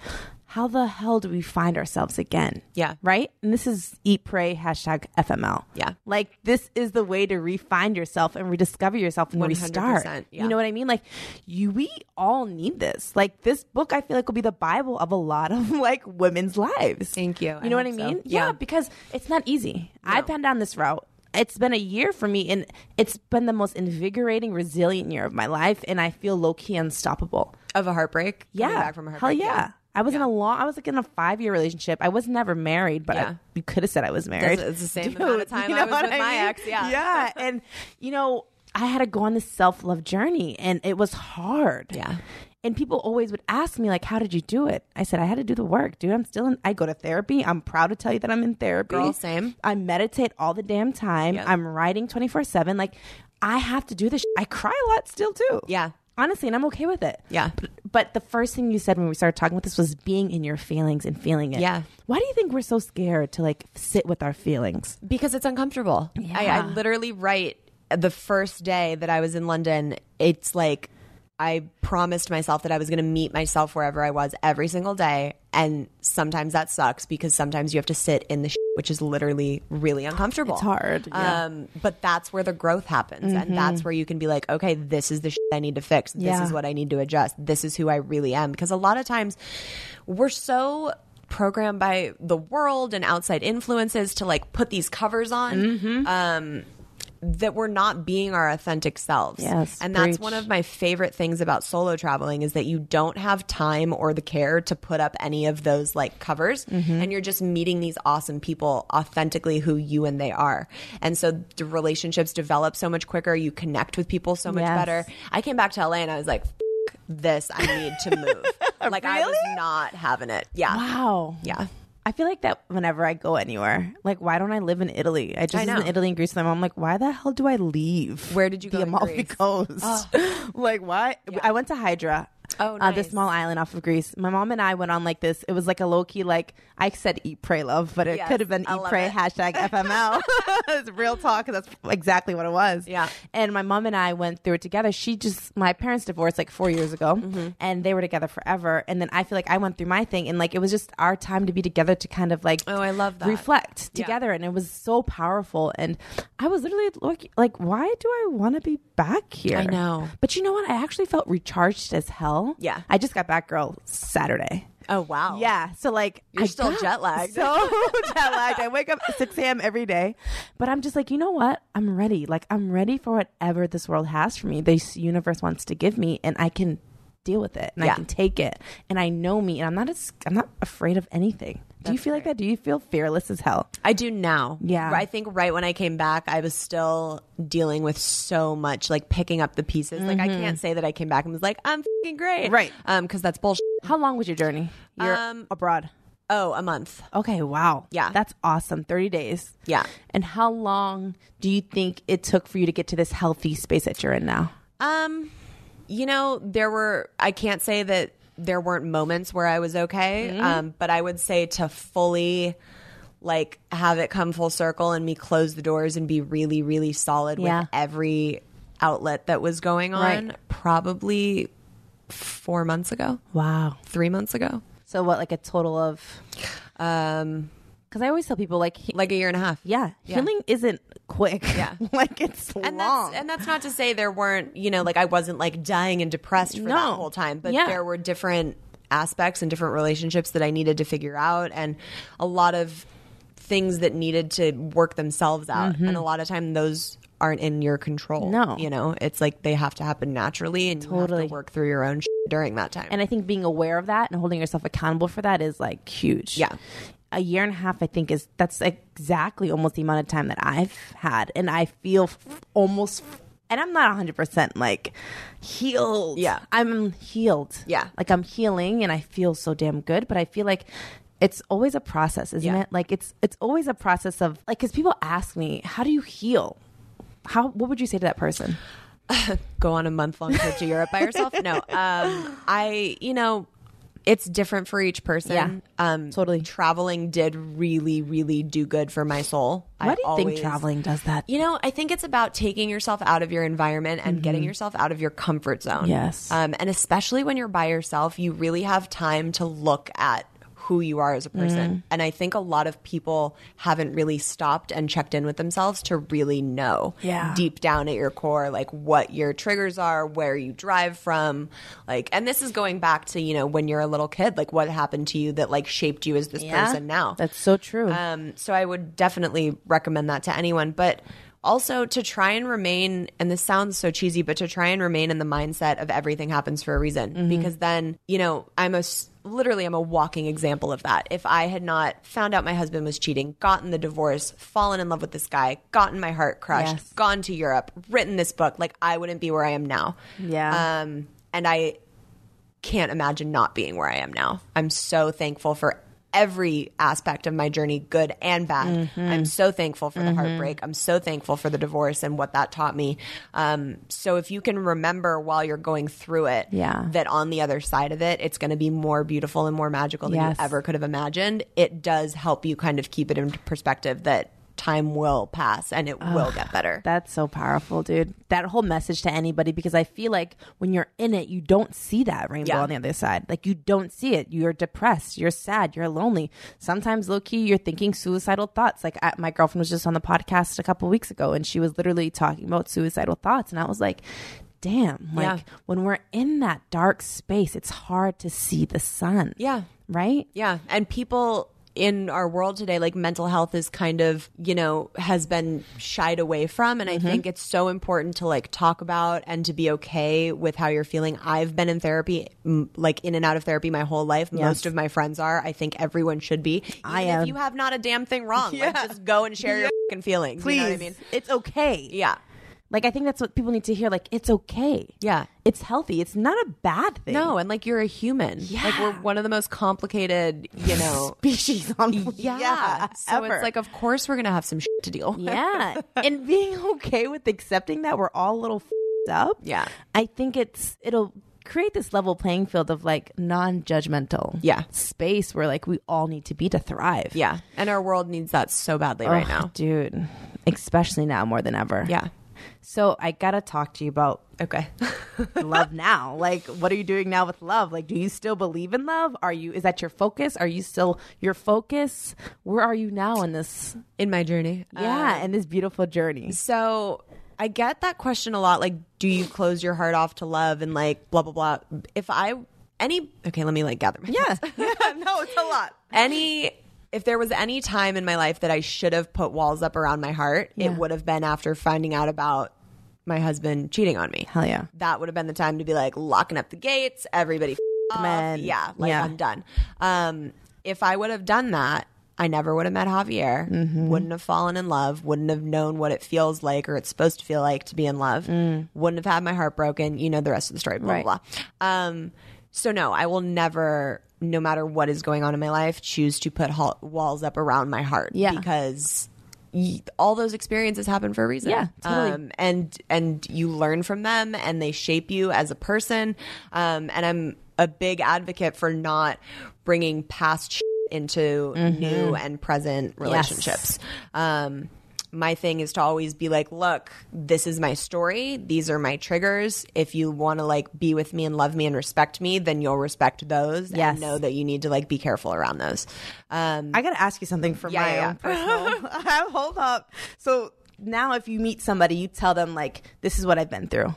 D: How the hell do we find ourselves again?
G: Yeah.
D: right. And this is eat pray hashtag FML.
G: Yeah.
D: like this is the way to refind yourself and rediscover yourself and restart.
G: 100%, yeah.
D: You know what I mean? Like you we all need this. Like this book I feel like will be the bible of a lot of like women's lives.
G: Thank you.
D: You
G: I
D: know what I
G: hope so.
D: mean? Yeah.
G: Yeah.
D: because it's not easy. I've been down this route. It's been a year for me and it's been the most invigorating, resilient year of my life and I feel low key unstoppable.
G: of a heartbreak Coming
D: Yeah.
G: back from a
D: Hell
G: heartbreak
D: yeah. I was in a long I was like in a five year relationship. I was never married, but
G: Yeah.
D: I, you could have said I was married.
G: That's- it's the same amount of time I was
D: what
G: with my ex, yeah.
D: Yeah. And you know, I had to go on this self love journey and it was hard.
G: Yeah.
D: And people always would ask me, like, how did you do it? I said, I had to do the work, dude. I'm still in, I go to therapy. I'm proud to tell you that I'm in therapy.
G: Girl, same.
D: I meditate all the damn time. I'm writing 24 7. Like, I have to do this. sh- I cry a lot still, too.
G: Yeah.
D: Honestly, and I'm okay with it.
G: Yeah.
D: But, but the first thing you said when we started talking about this was being in your feelings and feeling it.
G: Yeah.
D: Why do you think we're so scared to like sit with our feelings?
G: because it's uncomfortable. I, I literally write the first day that I was in London. It's like I promised myself that I was going to meet myself wherever I was every single day, and sometimes that sucks because sometimes you have to sit in the shit, which is literally really uncomfortable.
D: It's hard, yeah. Mm-hmm.
G: Um, but that's where the growth happens, and that's where you can be like, okay, this is the shit I need to fix. This
D: Yeah.
G: is what I need to adjust. This is who I really am. Because a lot of times we're so programmed by the world and outside influences to like put these covers on
D: Mm-hmm.
G: um, that we're not being our authentic selves.
D: Yes,
G: and that's
D: preach.
G: one of my favorite things about solo traveling is that you don't have time or the care to put up any of those like covers
D: Mm-hmm.
G: and you're just meeting these awesome people authentically who you and they are. And so the relationships develop so much quicker, you connect with people so much
D: Yes.
G: better. I came back to LA and I was like "F- this I need to move. like I was not having it. Yeah.
D: Wow.
G: Uh, Yeah.
D: I feel like that whenever I go anywhere, like why don't I live in Italy? I just was
G: I know.
D: in Italy and Greece. And I'm like, why the hell do I leave?
G: Where did you
D: the
G: go in
D: Amalfi
G: Greece?
D: Coast? like why? I went to Hydra.
G: Oh,
D: uh, this
G: nice.
D: small island off of Greece. My mom and I went on like this. It was like a low key, like I said, eat, pray, love, but it
G: Yes,
D: could have been
G: I
D: eat,
G: love
D: pray,
G: it.
D: hashtag FML. it's real talk. 'cause That's exactly what it was.
G: Yeah.
D: And my mom and I went through it together. She just, my parents divorced like four years ago
G: Mm-hmm.
D: and they were together forever. And then I feel like I went through my thing and like it was just our time to be together to kind of like,
G: Oh, I love that.
D: Reflect
G: Yeah.
D: together. And it was so powerful. And I was literally like, like why do I want to be back here?
G: I know.
D: But you know what? I actually felt recharged as hell.
G: Yeah.
D: I just got back, girl, Saturday.
G: Oh wow.
D: Yeah. So like
G: You're
D: I
G: still
D: got
G: jet lagged.
D: So jet lagged. I wake up at six AM every day. But I'm just like, you know what? I'm ready. Like I'm ready for whatever this world has for me. This universe wants to give me and I can deal with it and
G: Yeah.
D: I can take it. And I know me and I'm not as I'm not afraid of anything. Do you feel like that? Do you feel fearless as hell?
G: I do now.
D: Yeah.
G: I think right when I came back, I was still dealing with so much, like picking up the pieces. Like, I can't say that I came back and was like, I'm fing great.
D: Mm-hmm. Right.
G: Um, cause that's bullshit.
D: How long was your journey? You're
G: Um,
D: abroad.
G: Oh, a month.
D: Okay, wow.
G: Yeah.
D: That's awesome. 30 days.
G: Yeah.
D: And how long do you think it took for you to get to this healthy space that you're in now?
G: Um, you know, there were, I can't say that there weren't moments where I was okay.
D: Mm-hmm.
G: Um, but I would say to fully like have it come full circle and me close the doors and be really, really solid
D: Yeah.
G: with every outlet that was going on
D: Right.
G: probably four months ago.
D: Wow.
G: three months ago.
D: So what, like a total of?
G: Um,
D: Because I always tell people, like, he-
G: like a year and a half.
D: yeah,
G: Yeah.
D: healing isn't quick.
G: Yeah.
D: like it's long.
G: And that's and that's not to say there weren't, you know, like I wasn't like dying and depressed for that
D: No.
G: whole time, but
D: Yeah.
G: there were different aspects and different relationships that I needed to figure out and a lot of things that needed to work themselves out. And a lot of time those aren't in your control.
D: Mm-hmm. No.
G: You know, it's like they have to happen naturally and you
D: Totally.
G: have to work through your own shit during that time.
D: and I think being aware of that and holding yourself accountable for that is like huge.
G: Yeah.
D: A year and a half, I think, is that's exactly almost the amount of time that I've had. And I feel f- almost, and I'm not 100% like healed.
G: Yeah.
D: I'm healed.
G: Yeah.
D: Like I'm healing and I feel so damn good, but I feel like. It's always a process, isn't
G: Yeah.
D: it? Like it's it's always a process of like because people ask me, how do you heal? How what would you say to that person?
G: go on a month long trip to Europe by yourself. No, um, I, you know, it's different for each person.
D: Yeah,
G: um,
D: totally.
G: Traveling did really, really do good for my soul.
D: Why
G: I
D: do you think
G: always-
D: traveling does that?
G: You know, I think it's about taking yourself out of your environment and getting yourself out of your comfort zone.
D: Mm-hmm. Yes.
G: Um, and especially when you're by yourself, you really have time to look at who you are as a person.
D: Mm.
G: And I think a lot of people haven't really stopped and checked in with themselves to really know
D: Yeah.
G: deep down at your core, like what your triggers are, where you drive from. Like, and this is going back to, you know, when you're a little kid, like what happened to you that like shaped you as this person now.
D: That's so true.
G: Um, so I would definitely recommend that to anyone. But also to try and remain, and this sounds so cheesy, but to try and remain in the mindset of everything happens for a reason.
D: Mm-hmm.
G: Because then, you know, I'm a s- literally I'm a walking example of that. If I had not found out my husband was cheating, gotten the divorce, fallen in love with this guy, gotten my heart crushed,
D: Yes.
G: gone to Europe, written this book, like I wouldn't be where I am now.
D: Yeah.
G: Um, and I can't imagine not being where I am now. I'm so thankful for every aspect of my journey, good and bad.
D: Mm-hmm.
G: I'm so thankful for the heartbreak. I'm so thankful for the divorce and what that taught me. Um, so if you can remember while you're going through it,
D: Yeah.
G: that on the other side of it, it's going to be more beautiful and more magical than
D: Yes.
G: you ever could have imagined. It does help you kind of keep it in perspective that time will pass and it will get better.
D: That's so powerful, dude. That whole message to anybody because I feel like when you're in it, you don't see that rainbow
G: Yeah.
D: on the other side. Like you don't see it. You're depressed. You're sad. You're lonely. Sometimes low key, you're thinking suicidal thoughts. Like I, my girlfriend was just on the podcast a couple weeks ago, and she was literally talking about suicidal thoughts, and I was like. damn, like
G: Yeah.
D: when we're in that dark space, it's hard to see the sun.
G: Yeah.
D: Right?
G: Yeah. And people in our world today, like mental health is kind of, you know, has been shied away from. And
D: Mm-hmm.
G: I think it's so important to like talk about and to be okay with how you're feeling. I've been in therapy, m- like in and out of therapy my whole life. Most of my friends are. I think everyone should be. Even
D: I
G: If
D: am.
G: you have not a damn thing wrong, like just go and share your fucking feelings.
D: Please.
G: You know what I mean?
D: It's okay.
G: Yeah.
D: Like I think that's what people need to hear. Like it's okay.
G: Yeah.
D: It's healthy. It's not a bad thing.
G: No, and like you're a human. Like we're one of the most complicated, you know.
D: species on
G: Yeah. So it's like, of course we're gonna have some shit to deal with.
D: yeah, and being okay with accepting that we're all a little fed up.
G: Yeah.
D: I think it's it'll create this level playing field of like non-judgmental
G: Yeah.
D: space where like we all need to be to thrive.
G: Yeah. And our world needs that so badly right
D: Ugh,
G: now.
D: dude. Especially now more than ever.
G: Yeah.
D: So I gotta talk to you about
G: Okay.
D: love now like what are you doing now with love like do you still believe in love are you is that your focus are you still your focus where are you now in this
G: In my journey. Um,
D: yeah in this beautiful journey
G: So I get that question a lot. Like, do you close your heart off to love and like blah, blah, blah? If I, any, okay, let me like gather my
D: yeah
G: thoughts.
D: no it's a lot
G: any if there was any time in my life that I should have put walls up around my heart,
D: Yeah.
G: it would have been after finding out about my husband cheating on me.
D: Hell yeah.
G: That would have been the time to be like locking up the gates, everybody f- off.
D: men.
G: Yeah, like
D: Yeah.
G: I'm done. Um if I would have done that, I never would have met Javier,
D: Mm-hmm.
G: wouldn't have fallen in love, wouldn't have known what it feels like or it's supposed to feel like to be in love, wouldn't have had my heart broken, you know the rest of the story, blah
D: Mm. Right.
G: blah blah. Um so no, I will never, no matter what is going on in my life, choose to put hall- walls up around my heart.
D: Yeah.
G: because y- all those experiences happen for a reason.
D: Yeah, totally.
G: Um, and and you learn from them, and they shape you as a person. Um, and I'm a big advocate for not bringing past shit into
D: Mm-hmm.
G: new and present relationships. Um, my thing is to always be like, look, this is my story. These are my triggers. If you want to like be with me and love me and respect me, then you'll respect those
D: Yes.
G: and know that you need to like be careful around those. Um,
D: i gotta ask you something for
G: Yeah,
D: my
G: yeah,
D: own personal I- hold up so now if you meet somebody you tell them like this is what i've been through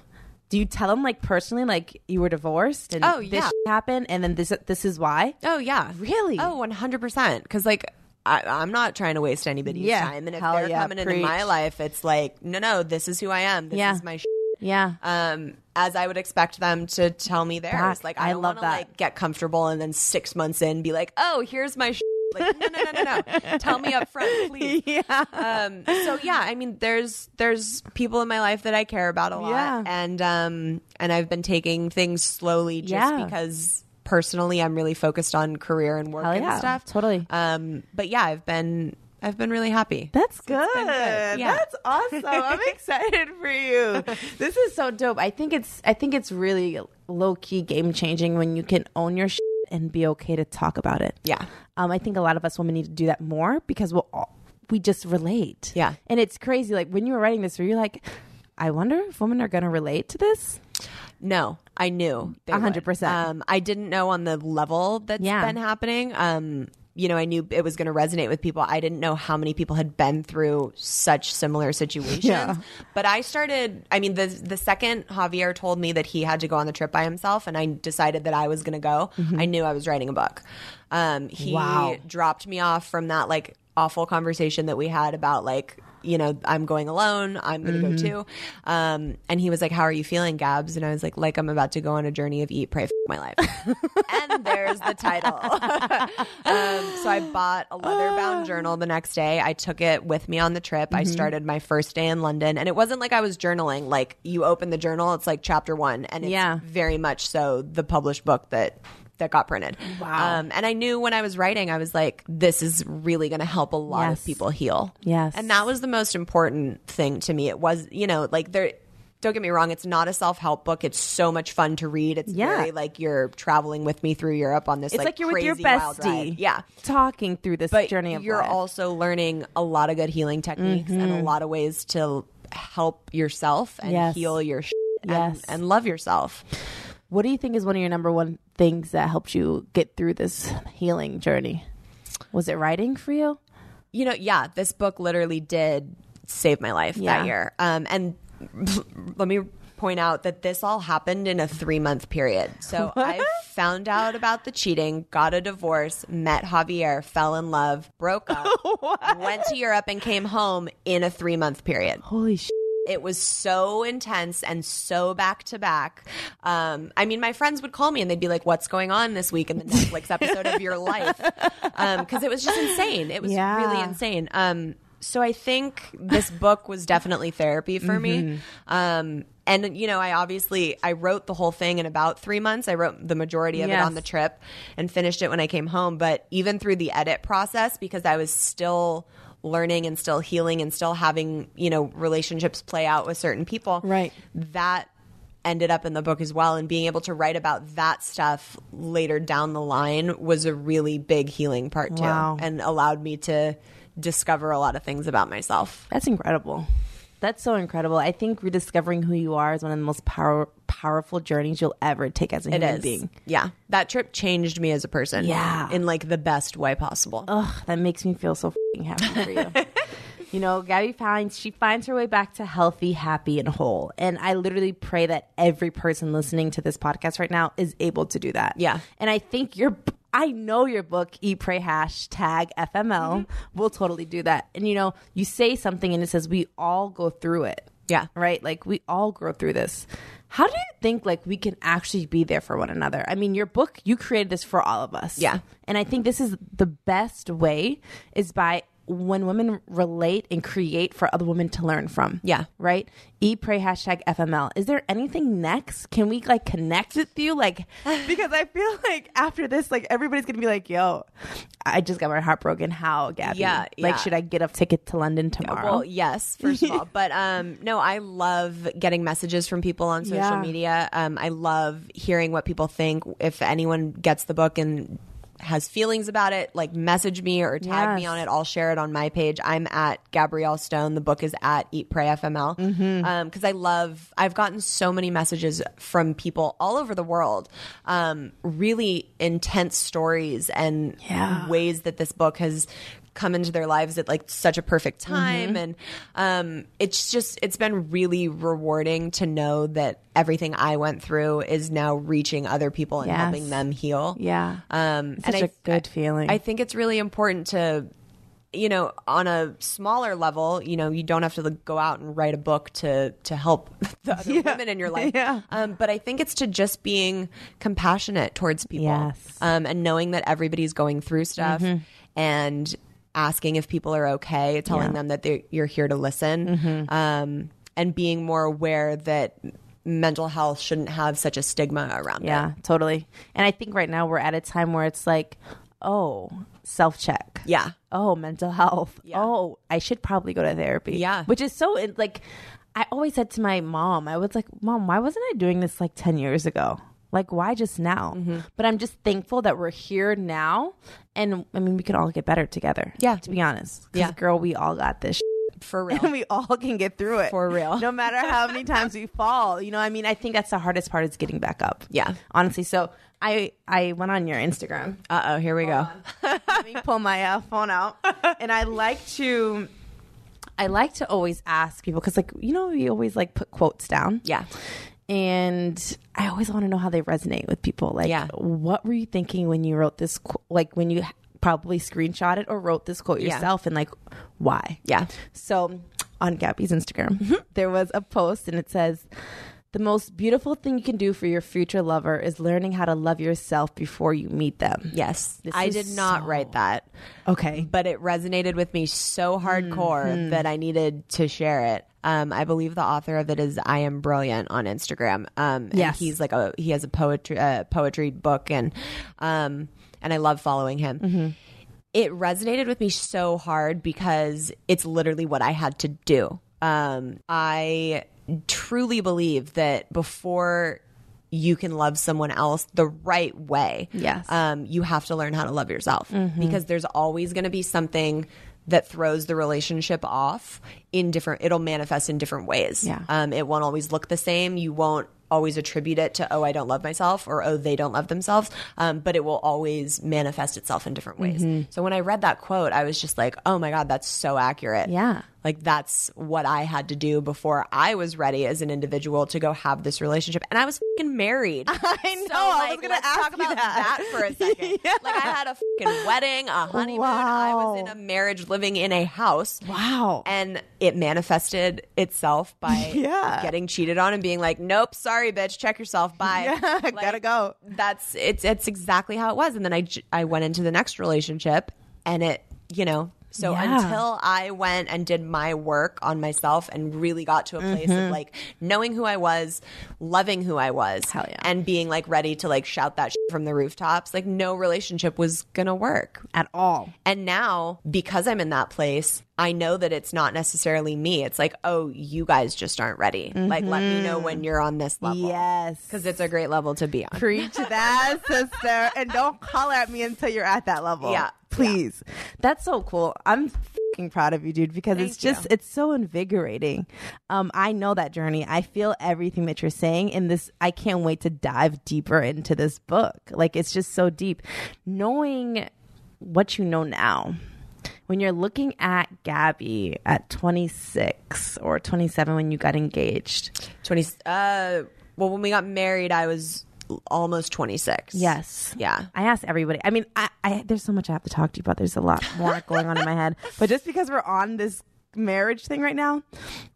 D: do you tell them like personally like you were divorced and
G: Oh,
D: this
G: yeah.
D: happened and then this this is why
G: Oh yeah,
D: Really?
G: Oh, one hundred percent. Because like. I, I'm not trying to waste anybody's
D: Yeah.
G: time, and if
D: Hell
G: they're
D: yeah,
G: coming into my
D: preach.
G: life, it's like, no, no, this is who I am. This
D: Yeah.
G: is my. Sh-.
D: yeah
G: Um, as I would expect them to tell me theirs.
D: Back.
G: Like
D: I
G: I, don't
D: love
G: wanna,
D: that.
G: Like get comfortable, and then six months in, be like, oh, here's my. Sh-. Like no, no, no, no, no. tell me up front, please.
D: yeah
G: Um, so yeah, I mean, there's there's people in my life that I care about a lot,
D: Yeah.
G: and um, and I've been taking things slowly just
D: Yeah.
G: because personally I'm really focused on career and work
D: Hell
G: and
D: yeah,
G: stuff.
D: totally.
G: Um, but yeah, I've been I've been really happy.
D: That's good.
G: good. Yeah.
D: That's awesome. I'm excited for you. This is so dope. I think it's I think it's really low key game changing when you can own your shit and be okay to talk about it.
G: Yeah.
D: Um, I think a lot of us women need to do that more because we'll all, we just relate.
G: Yeah.
D: And it's crazy. Like when you were writing this, were you like, I wonder if women are going to relate to this?
G: No, I knew they
D: A hundred
G: would.
D: percent.
G: Um, I didn't know on the level that's
D: Yeah.
G: been happening. Um, you know, I knew it was going to resonate with people. I didn't know how many people had been through such similar situations.
D: Yeah.
G: But I started. I mean, the the second Javier told me that he had to go on the trip by himself, and I decided that I was going to go. I knew I was writing a book. Um,
D: Mm-hmm.
G: he
D: Wow.
G: dropped me off from that like awful conversation that we had about like you know i'm going alone i'm gonna
D: Mm-hmm.
G: go too um, and he was like how are you feeling gabs and i was like like i'm about to go on a journey of eat pray f- my life and there's the title um, so i bought a leather
D: Ah.
G: bound journal the next day i took it with me on the trip i
D: Mm-hmm.
G: started my first day in london and it wasn't like i was journaling like you open the journal it's like chapter one and it's
D: Yeah.
G: very much so the published book that that got printed. Wow. Um, and I knew when I was writing, I was like, this is really going to help a lot
D: Yes.
G: of people heal.
D: Yes.
G: And that was the most important thing to me. It was, you know, like there, don't get me wrong, it's not a self help book. It's so much fun to read. It's
D: Yeah.
G: very like you're traveling with me through Europe on this
D: It's like, you're with your
G: crazy wild
D: bestie.
G: ride. Yeah.
D: Talking through this
G: But
D: journey of
G: you're
D: life. Mm-hmm.
G: also learning a lot of good healing techniques and a lot of ways to help yourself and
D: Yes.
G: heal your shit
D: Yes.
G: and, and love yourself.
D: What do you think is one of your number one things that helped you get through this healing journey? Was it writing for you?
G: you know, yeah, this book literally did save my life
D: Yeah.
G: that year. Um, and let me point out that this all happened in a three month period. So I found out about the cheating, got a divorce, met Javier, fell in love, broke up, went to Europe, and came home in a three month period.
D: Holy shit.
G: It was so intense and so back to back. Um, I mean, my friends would call me and they'd be like, "What's going on this week in the Netflix episode of your life?" Because it was just insane. It was
D: Yeah.
G: really insane. Um, so I think this book was definitely therapy for me.
D: Mm-hmm.
G: Um, and you know, I obviously I wrote the whole thing in about three months. I wrote the majority of it
D: Yes.
G: on the trip and finished it when I came home. But even through the edit process, because I was still learning and still healing and still having you know relationships play out with certain people,
D: Right.
G: That ended up in the book as well and being able to write about that stuff later down the line was a really big healing part too
D: Wow.
G: and allowed me to discover a lot of things about myself
D: That's incredible. That's so incredible. I think rediscovering who you are is one of the most power, powerful journeys you'll ever take as a
G: It is,
D: human being.
G: yeah that trip changed me as a person
D: Yeah. Oh.
G: in like the best way possible
D: Ugh, that makes me feel so fing happy for you. you know, Gabby finds she finds her way back to healthy, happy, and whole. And I literally pray that every person listening to this podcast right now is able to do that.
G: Yeah.
D: And I think your I know your book, E Pray hashtag FML,
G: Mm-hmm.
D: will totally do that. And you know, you say something and it says we all go through it.
G: Yeah.
D: Right? Like we all grow through this. How do you think like we can actually be there for one another? I mean, your book, you created this for all of us.
G: Yeah.
D: And I think this is the best way is by when women relate and create for other women to learn from.
G: Yeah.
D: Right? E pray hashtag FML. Is there anything next? Can we like connect with you? Like because I feel like after this, like everybody's gonna be like, yo, I just got my heart broken. How, Gabby?
G: Yeah, yeah.
D: Like should I get a ticket to London tomorrow?
G: Well, yes, first of all, but um, no, I love getting messages from people on social
D: Yeah.
G: media. Um, I love hearing what people think. If anyone gets the book and has feelings about it, like message me or tag me
D: Yes.
G: on it. I'll share it on my page. I'm at Gabrielle Stone. The book is at Eat Pray FML because
D: Mm-hmm.
G: Um, I love. I've gotten so many messages from people all over the world. Um, really intense stories and ways that this book has come into their lives at like such a perfect
D: Mm-hmm.
G: time and um it's just it's been really rewarding to know that everything I went through is now reaching other people and
D: Yes.
G: helping them heal.
D: Yeah.
G: Um
D: It's such
G: and I-
D: a good feeling.
G: I think it's really important to you know on a smaller level you know you don't have to like, go out and write a book to to help the other women in your life
D: Yeah.
G: um, but i think it's to just being compassionate towards people
D: Yes. Mm-hmm.
G: um, and knowing that everybody's going through stuff and asking if people are okay telling them that they're- you're here to listen
D: Mm-hmm.
G: um, and being more aware that mental health shouldn't have such a stigma around it
D: Yeah, totally. And I think right now we're at a time where it's like, oh, self check.
G: Yeah.
D: Oh, mental health. Oh, I should probably go to therapy.
G: Yeah.
D: Which is so it- like, I always said to my mom, I was like, mom, why wasn't I doing this like 10 years ago? Like, why just now? But I'm just thankful that we're here now. And I mean, we can all get better together.
G: Yeah.
D: To be honest. 'Cause,
G: Yeah.
D: girl, we all got this.
G: for real
D: and we all can get through it
G: For real.
D: no matter how many times we fall you know i mean i think that's the hardest part is getting back up
G: Yeah.
D: honestly so i i went on your instagram
G: uh-oh here we go
D: let me pull my uh, phone out and i like to i like to always ask people because like you know we always like put quotes down
G: yeah
D: and i always want to know how they resonate with people like
G: Yeah.
D: what were you thinking when you wrote this qu- like when you probably screenshot it or wrote this quote
G: Yeah.
D: yourself and like why
G: yeah Mm-hmm.
D: so on Gabby's Instagram, there was a post and it says, The most beautiful thing you can do for your future lover is learning how to love yourself before you meet them.
G: Yes.
D: This
G: I
D: is
G: did not
D: so-
G: write that,
D: Okay.
G: but it resonated with me so hardcore
D: Mm-hmm.
G: that I needed to share it. Um, I believe the author of it is I Am Brilliant on Instagram. Um, and
D: Yes.
G: he's like a he has a poetry uh, poetry book and um, and I love following him.
D: Mm-hmm.
G: It resonated with me so hard because it's literally what I had to do. Um, I truly believe that before you can love someone else the right way,
D: Yes.
G: um, you have to learn how to love yourself
D: Mm-hmm.
G: because there's always going to be something that throws the relationship off in different it'll manifest in different ways
D: Yeah.
G: um, it won't always look the same you won't always attribute it to, oh, I don't love myself or, oh, they don't love themselves. Um, but it will always manifest itself in different ways.
D: Mm-hmm.
G: So when I read that quote, I was just like, oh my God, that's so accurate.
D: Yeah.
G: Like that's what I had to do before I was ready as an individual to go have this relationship. And I was fucking married. I
D: know, I was gonna ask
G: talk
D: you
G: about
D: that.
G: that. for a second. Like I had a fucking wedding, a honeymoon. I was in a marriage living in a house.
D: Wow.
G: And it manifested itself by
D: Yeah.
G: getting cheated on and being like, Nope, sorry bitch, check yourself. Bye.
D: Yeah,
G: Like,
D: gotta go.
G: That's it's it's exactly how it was. And then I j- I went into the next relationship and it, you know, so
D: Yeah.
G: until until I went and did my work on myself and really got to a place
D: Mm-hmm.
G: of like knowing who I was, loving who I was,
D: Hell yeah.
G: and being like ready to like shout that shit from the rooftops, like no relationship was gonna work.
D: At all.
G: And now, because I'm in that place, I know that it's not necessarily me. It's like, oh, you guys just aren't ready. Like, let me know when you're on this level.
D: Mm-hmm. Yes.
G: Because it's a great level to be on.
D: Preach that, sister. And don't holler at me until you're at that level.
G: Yeah.
D: Please. That's so cool. I'm fing proud of you, dude, because it's
G: Thank you.
D: just, it's so invigorating. Um, I know that journey. I feel everything that you're saying in this. I can't wait to dive deeper into this book. Like, it's just so deep. Knowing what you know now. When you're looking at Gabby at 26 or 27 when you got engaged.
G: 20, uh, well, when we got married, I was almost 26.
D: Yes.
G: Yeah.
D: I ask everybody. I mean, I, I there's so much I have to talk to you about. There's a lot more going on in my head. But just because we're on this marriage thing right now,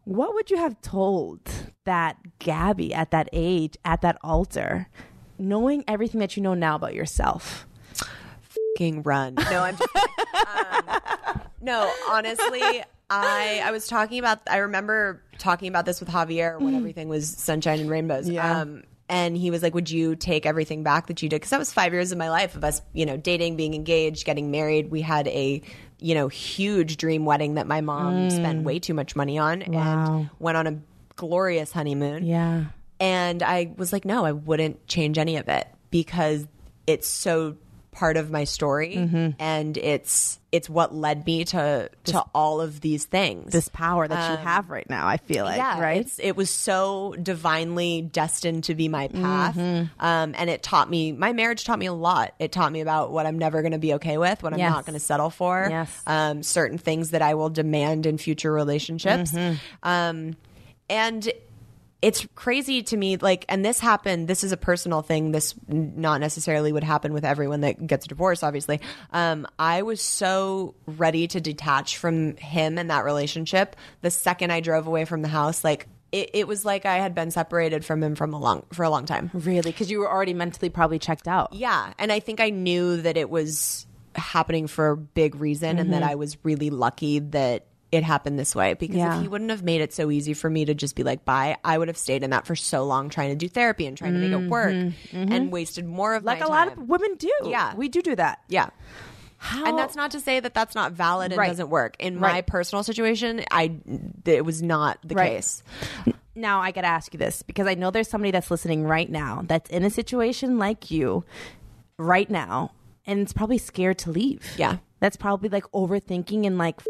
D: what would you have told that Gabby at that age, at that altar, knowing everything that you know now about yourself?
G: fucking run. No, I'm just kidding. um, no, honestly, I I was talking about I remember talking about this with Javier when everything was sunshine and rainbows.
D: Mm. Yeah.
G: Um and he was like, "Would you take everything back that you did?" Because that was five years of my life of us, you know, dating, being engaged, getting married. We had a, you know, huge dream wedding that my mom
D: Mm.
G: spent way too much money on, and went on a glorious honeymoon.
D: Yeah.
G: And I was like, no, I wouldn't change any of it because it's so part of my story
D: Mm-hmm.
G: and it's it's what led me to to all of these things.
D: This power that you have right now, I feel like,
G: yeah,
D: right?
G: it's- it was so divinely destined to be my path,
D: Mm-hmm.
G: um, and it taught me. My marriage taught me a lot. It taught me about what I'm never going to be okay with, what I'm
D: Yes.
G: not going to settle for,
D: Yes.
G: um, certain things that I will demand in future relationships,
D: Mm-hmm.
G: um, and it's crazy to me like and this happened this is a personal thing this n- not necessarily would happen with everyone that gets divorced obviously um, i was so ready to detach from him and that relationship the second i drove away from the house like it, it was like i had been separated from him from a long for a long time
D: Really, because you were already mentally probably checked out.
G: yeah. And I think I knew that it was happening for a big reason and
D: Mm-hmm.
G: that I was really lucky that it happened this way because
D: Yeah.
G: if he wouldn't have made it so easy for me to just be like bye I would have stayed in that for so long trying to do therapy and trying to make it work and wasted more of
D: Mm-hmm. Like
G: my
D: a lot
G: time.
D: of women do.
G: Yeah.
D: We do do that.
G: yeah
D: How?
G: and that's not to say that that's not valid and
D: Right.
G: doesn't work in my
D: Right.
G: personal situation I it was not the
D: Right.
G: case
D: now I got to ask you this because I know there's somebody that's listening right now that's in a situation like you right now and it's probably scared to leave.
G: Yeah.
D: That's probably like overthinking and like "F-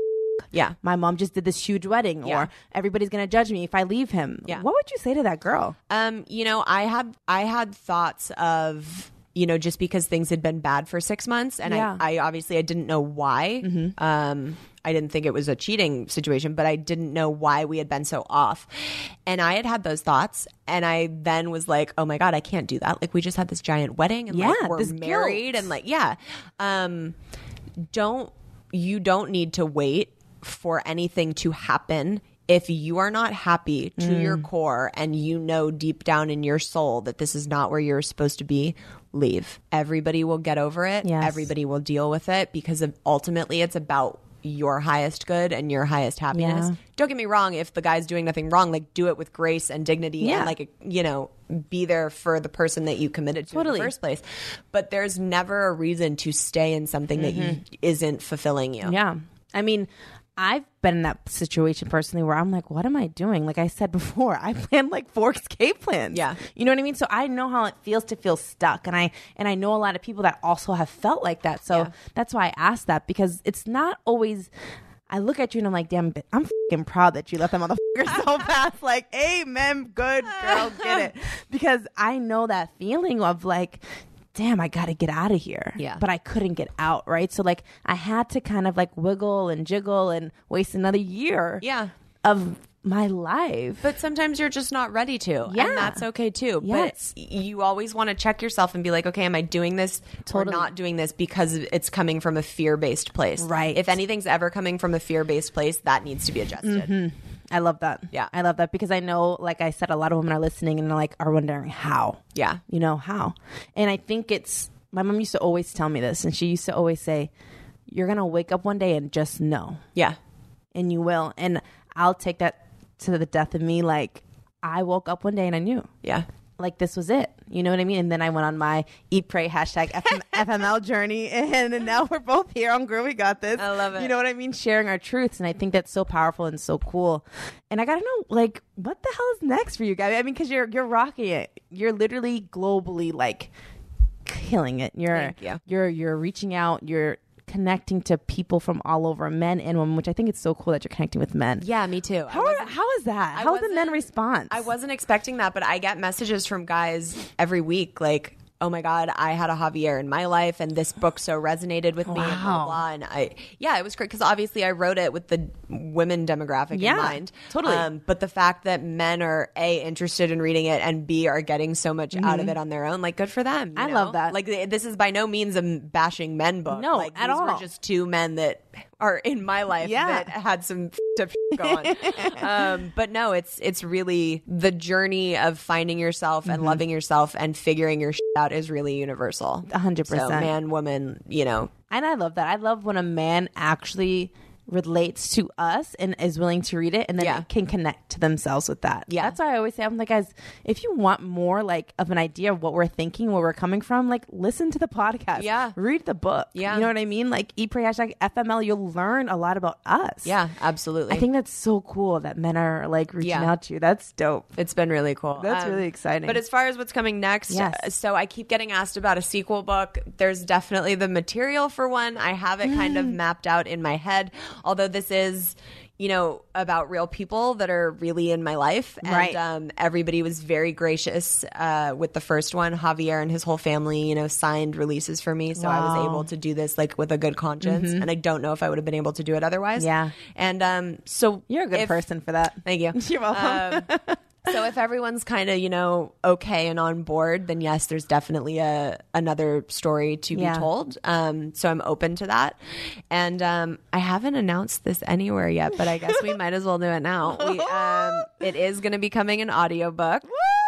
G: yeah
D: my mom just did this huge wedding
G: Yeah.
D: or everybody's going to judge me if I leave him.
G: Yeah.
D: What would you say to that girl?
G: Um, you know, I had I had thoughts of you know just because things had been bad for six months, and
D: Yeah. Mm-hmm.
G: I, I obviously I didn't know why. Um, I didn't think it was a cheating situation, but I didn't know why we had been so off. And I had had those thoughts, and I then was like, "Oh my god, I can't do that!" Like we just had this giant wedding, and
D: Yeah,
G: like we're
D: this
G: married,
D: guilt.
G: and like yeah, um, don't you don't need to wait for anything to happen if you are not happy to your
D: Mm.
G: core and you know deep down in your soul that this is not where you're supposed to be leave everybody will get over it
D: Yes.
G: everybody will deal with it because of, ultimately it's about your highest good and your highest happiness
D: Yeah.
G: don't get me wrong if the guy's doing nothing wrong like do it with grace and dignity
D: Yeah.
G: and like you know be there for the person that you committed to
D: Totally.
G: in the first place but there's never a reason to stay in something that you isn't fulfilling you
D: Yeah. I mean, I've been in that situation personally where I'm like, what am I doing? Like I said before, I planned like four escape plans.
G: Yeah.
D: You know what I mean? So I know how it feels to feel stuck. And I and I know a lot of people that also have felt like that. So that's why I asked that because it's not always I look at you and I'm like, damn, bi- I'm fucking proud that you left that motherfucker so fast. Like, amen, good girl, get it. Because I know that feeling of like, damn, I gotta get out of here.
G: Yeah.
D: But I couldn't get out, right? So like I had to kind of like wiggle and jiggle and waste another year
G: Yeah.
D: of my life.
G: But sometimes you're just not ready to.
D: Yeah.
G: And that's okay too.
D: Yes.
G: But you always want to check yourself and be like, okay, am I doing this
D: Totally.
G: or not doing this because it's coming from a fear based place?
D: Right.
G: If anything's ever coming from a fear based place, that needs to be adjusted.
D: I love that.
G: Yeah.
D: I love that because I know, like I said, a lot of women are listening and are like are wondering how.
G: Yeah.
D: You know, how. And I think it's my mom used to always tell me this and she used to always say, You're gonna wake up one day and just know.
G: Yeah.
D: And you will. And I'll take that to the death of me. Like I woke up one day and I knew.
G: Yeah.
D: Like this was it. You know what I mean? And then I went on my eat pray hashtag FM, FML journey and, now we're both here on Girl We Got This.
G: I love it.
D: You know what I mean? Sharing our truths. And I think that's so powerful and so cool. And I gotta know, like, what the hell is next for you guys? I mean, cause you're you're rocking it. You're literally globally like killing it. You're
G: Thank you.
D: you're you're reaching out, you're connecting to people from all over, men and women, which I think it's so cool that you're connecting with men.
G: Yeah, me too. I
D: How are,
G: wasn't-
D: how is that?
G: I
D: How is the men
G: wasn't-
D: response?
G: I wasn't expecting that, but I get messages from guys every week like, "Oh my god, I had a Javier in my life, and this book so resonated with me." And blah,
D: Wow.
G: blah, blah. And I, yeah, it was great because obviously I wrote it with the women demographic
D: Yeah,
G: in mind, Um,
D: totally.
G: but the fact that men are a interested in reading it and b are getting so much out of it on their own, like, good for them. you
D: Mm-hmm. I love
G: know?
D: that.
G: Like, th- this is by no means a m- bashing men book.
D: No,
G: like,
D: at
G: these were
D: all.
G: just two men that are in my life
D: Yeah.
G: that had some up going. um, but no, it's it's really the journey of finding yourself
D: Mm-hmm.
G: and loving yourself and figuring your shit out is really universal.
D: A hundred
G: So
D: percent.
G: man, woman, you know,
D: And I love that. I love when a man actually relates to us and is willing to read it and then
G: Yeah.
D: can connect to themselves with that.
G: Yeah.
D: That's why I always say I'm like guys, if you want more like of an idea of what we're thinking, where we're coming from, like listen to the podcast.
G: Yeah.
D: Read the book.
G: Yeah.
D: You know what I mean? Like eat pray hashtag FML, you'll learn a lot about us.
G: yeah, absolutely.
D: I think that's so cool that men are like reaching
G: Yeah.
D: out to you. That's dope.
G: It's been really cool. Um,
D: That's really exciting.
G: But as far as what's coming next,
D: Yes.
G: uh, so I keep getting asked about a sequel book. There's definitely the material for one. I have it kind of
D: Mm.
G: mapped out in my head, although this is. You know about real people that are really in my life, and
D: Right.
G: um, everybody was very gracious uh, with the first one. Javier and his whole family, you know, signed releases for me, so I was able to do this like with a good conscience. And I don't know if I would have been able to do it otherwise.
D: Mm-hmm. Yeah.
G: and um, so
D: You're a good
G: if-
D: person for that.
G: Thank you.
D: You're welcome.
G: Um, so if everyone's kind of you know okay and on board, then yes, there's definitely a another story to
D: Yeah.
G: be told. Um, so I'm open to that, and um, I haven't announced this anywhere yet, but I guess we might as well do it now. We, um, it is going to be coming an audiobook.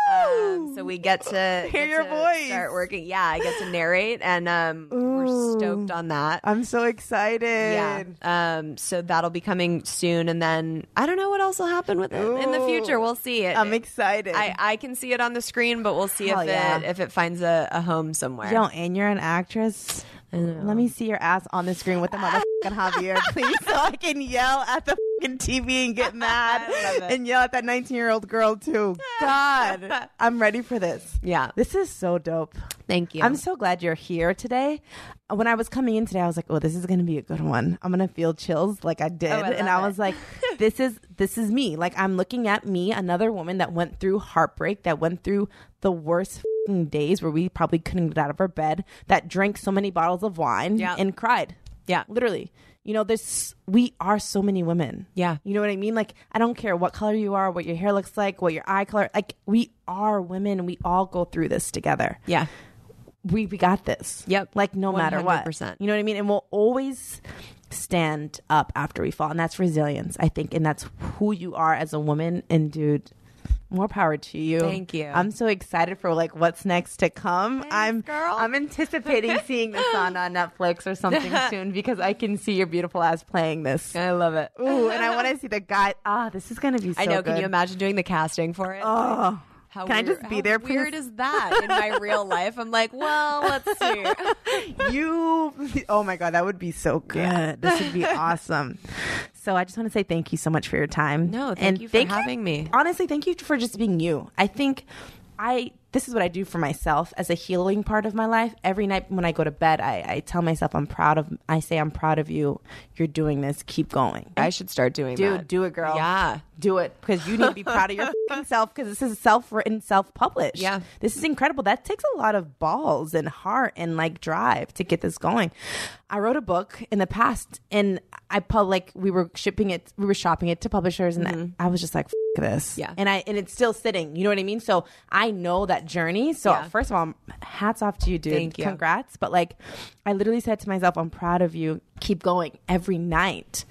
G: Um, so we get to
D: Hear
G: get
D: your
G: to
D: voice.
G: start working. Yeah, I get to narrate, and um, we're stoked on that.
D: I'm so excited.
G: Yeah. Um, so that'll be coming soon, and then I don't know what else will happen with it in the future. We'll see it.
D: I'm excited.
G: I, I can see it on the screen, but we'll see
D: Hell
G: if
D: yeah.
G: it if it finds a, a home somewhere.
D: Yo, and you're an actress. Let me see your ass on the screen with the motherfucking Javier, please, so I can yell at the fucking TV and get mad and yell at that 19 year old girl too. God, I'm ready for this.
G: Yeah.
D: this is so dope.
G: Thank you.
D: I'm so glad you're here today. When I was coming in today, I was like, "Oh, this is gonna be a good one. I'm gonna feel chills like I did."
G: Oh, I
D: and
G: love
D: I was
G: it.
D: like, "This is this is me. Like I'm looking at me, another woman that went through heartbreak, that went through the worst fing days where we probably couldn't get out of our bed, that drank so many bottles of wine
G: Yeah.
D: and cried.
G: Yeah.
D: literally." You know, there's we are so many women.
G: Yeah.
D: You know what I mean? Like, I don't care what color you are, what your hair looks like, what your eye color. Like, we are women. We all go through this together
G: yeah.
D: we we got this.
G: Yep.
D: Like no matter what.
G: 100%.
D: You know what I mean? And we'll always stand up after we fall. And that's resilience, I think. And that's who you are as a woman. And dude, more power to you.
G: Thank you.
D: I'm so excited for like what's next to come. I'm
G: girl.
D: I'm anticipating seeing this on, on Netflix or something soon because I can see your beautiful ass playing this.
G: I love it.
D: Ooh, and I want to see the guy. Ah, this is gonna be. So
G: I know. Can
D: good.
G: you imagine doing the casting for it?
D: Oh.
G: How
D: Can I
G: weird-
D: just be
G: how
D: there, please?
G: Weird is that in my real life? I'm like, well, let's see.
D: you oh my god that would be so good this would be awesome so i just want to say thank you so much for your time
G: No, thank
D: And
G: you for having me.
D: honestly thank you for just being you i think i this is what I do for myself as a healing part of my life. Every night when I go to bed, I, I tell myself I'm proud of. I say I'm proud of you. You're doing this. Keep going.
G: I should start doing
D: Dude,
G: that.
D: do it, girl.
G: Yeah.
D: do it because you need to be proud of your fucking self because this is self-written, self-published.
G: Yeah.
D: this is incredible. That takes a lot of balls and heart and like drive to get this going. I wrote a book in the past, and I pub like we were shipping it, we were shopping it to publishers, and I was just like. "F- This
G: Mm-hmm. Yeah.
D: and I and it's still sitting. You know what I mean. So I know that journey. So
G: Yeah.
D: first of all, hats off to you, dude.
G: Thank you.
D: Congrats. But like, I literally said to myself, "I'm proud of you. Keep going every night.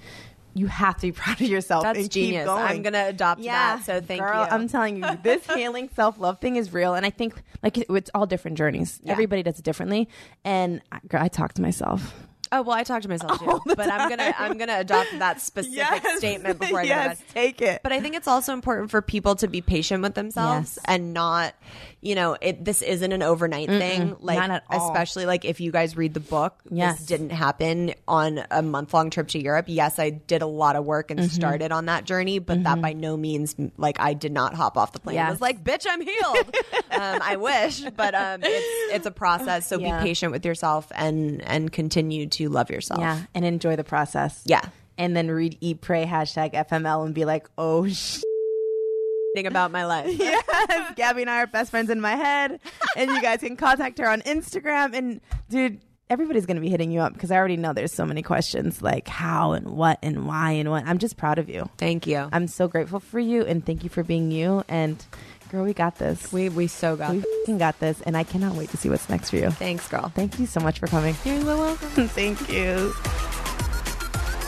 D: You have to be proud of yourself
G: That's
D: and keep
G: genius.
D: going.
G: I'm gonna adopt that, so thank
D: Girl,
G: you.
D: I'm telling you, this healing self love thing is real, and I think like it- it's all different journeys. Everybody does it differently, and I, girl, I talk to myself.
G: Oh well, I talk to myself too, but I'm gonna I'm gonna adopt that specific
D: Yes.
G: statement before I
D: Yes,
G: go to bed.
D: take it.
G: But I think it's also important for people to be patient with themselves
D: Yes.
G: and not, you know, it, this isn't an overnight thing. Like,
D: not at all.
G: especially like if you guys read the book,
D: Yes.
G: this didn't happen on a month long trip to Europe. Yes, I did a lot of work
D: Mm-hmm.
G: and started on that journey, but that by no means like I did not hop off the plane. I
D: Yes.
G: was like, bitch, I'm healed. um, I wish, but um, it's it's a process. So
D: Yeah.
G: be patient with yourself and and continue to love yourself.
D: Yeah, and enjoy the process.
G: Yeah.
D: and then read eat pray hashtag FML and be like, oh shit.
G: Thing about my life.
D: yes, Gabby and I are best friends in my head. And you guys can contact her on Instagram. And dude, everybody's going to be hitting you up because I already know there's so many questions like how and what and why and what. I'm just proud of you.
G: Thank you.
D: I'm so grateful for you and thank you for being you. And girl, we got this.
G: we we so got.
D: we
G: this.
D: fing got this. And I cannot wait to see what's next for you.
G: Thanks, girl.
D: Thank you so much for coming.
G: You're welcome.
D: Thank you.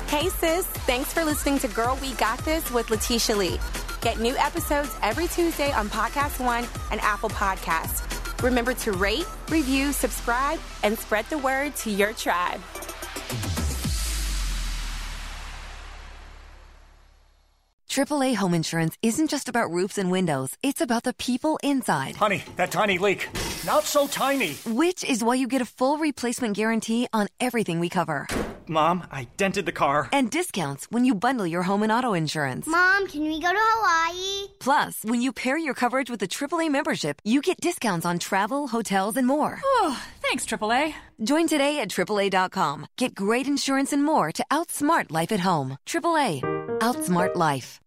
E: Hey sis, thanks for listening to Girl We Got This with Letitia Lee. Get new episodes every Tuesday on Podcast One and Apple Podcasts. Remember to rate, review, subscribe, and spread the word to your tribe.
A: AAA home insurance isn't just about roofs and windows, it's about the people inside.
H: Honey, that tiny leak. Not so tiny.
A: Which is why you get a full replacement guarantee on everything we cover.
H: Mom, I dented the car.
A: And discounts when you bundle your home and auto insurance.
I: Mom, can we go to Hawaii?
A: Plus, when you pair your coverage with a AAA membership, you get discounts on travel, hotels, and more.
J: Thanks, AAA.
A: Join today at AAA.com. Get great insurance and more to outsmart life at home. AAA. Outsmart life.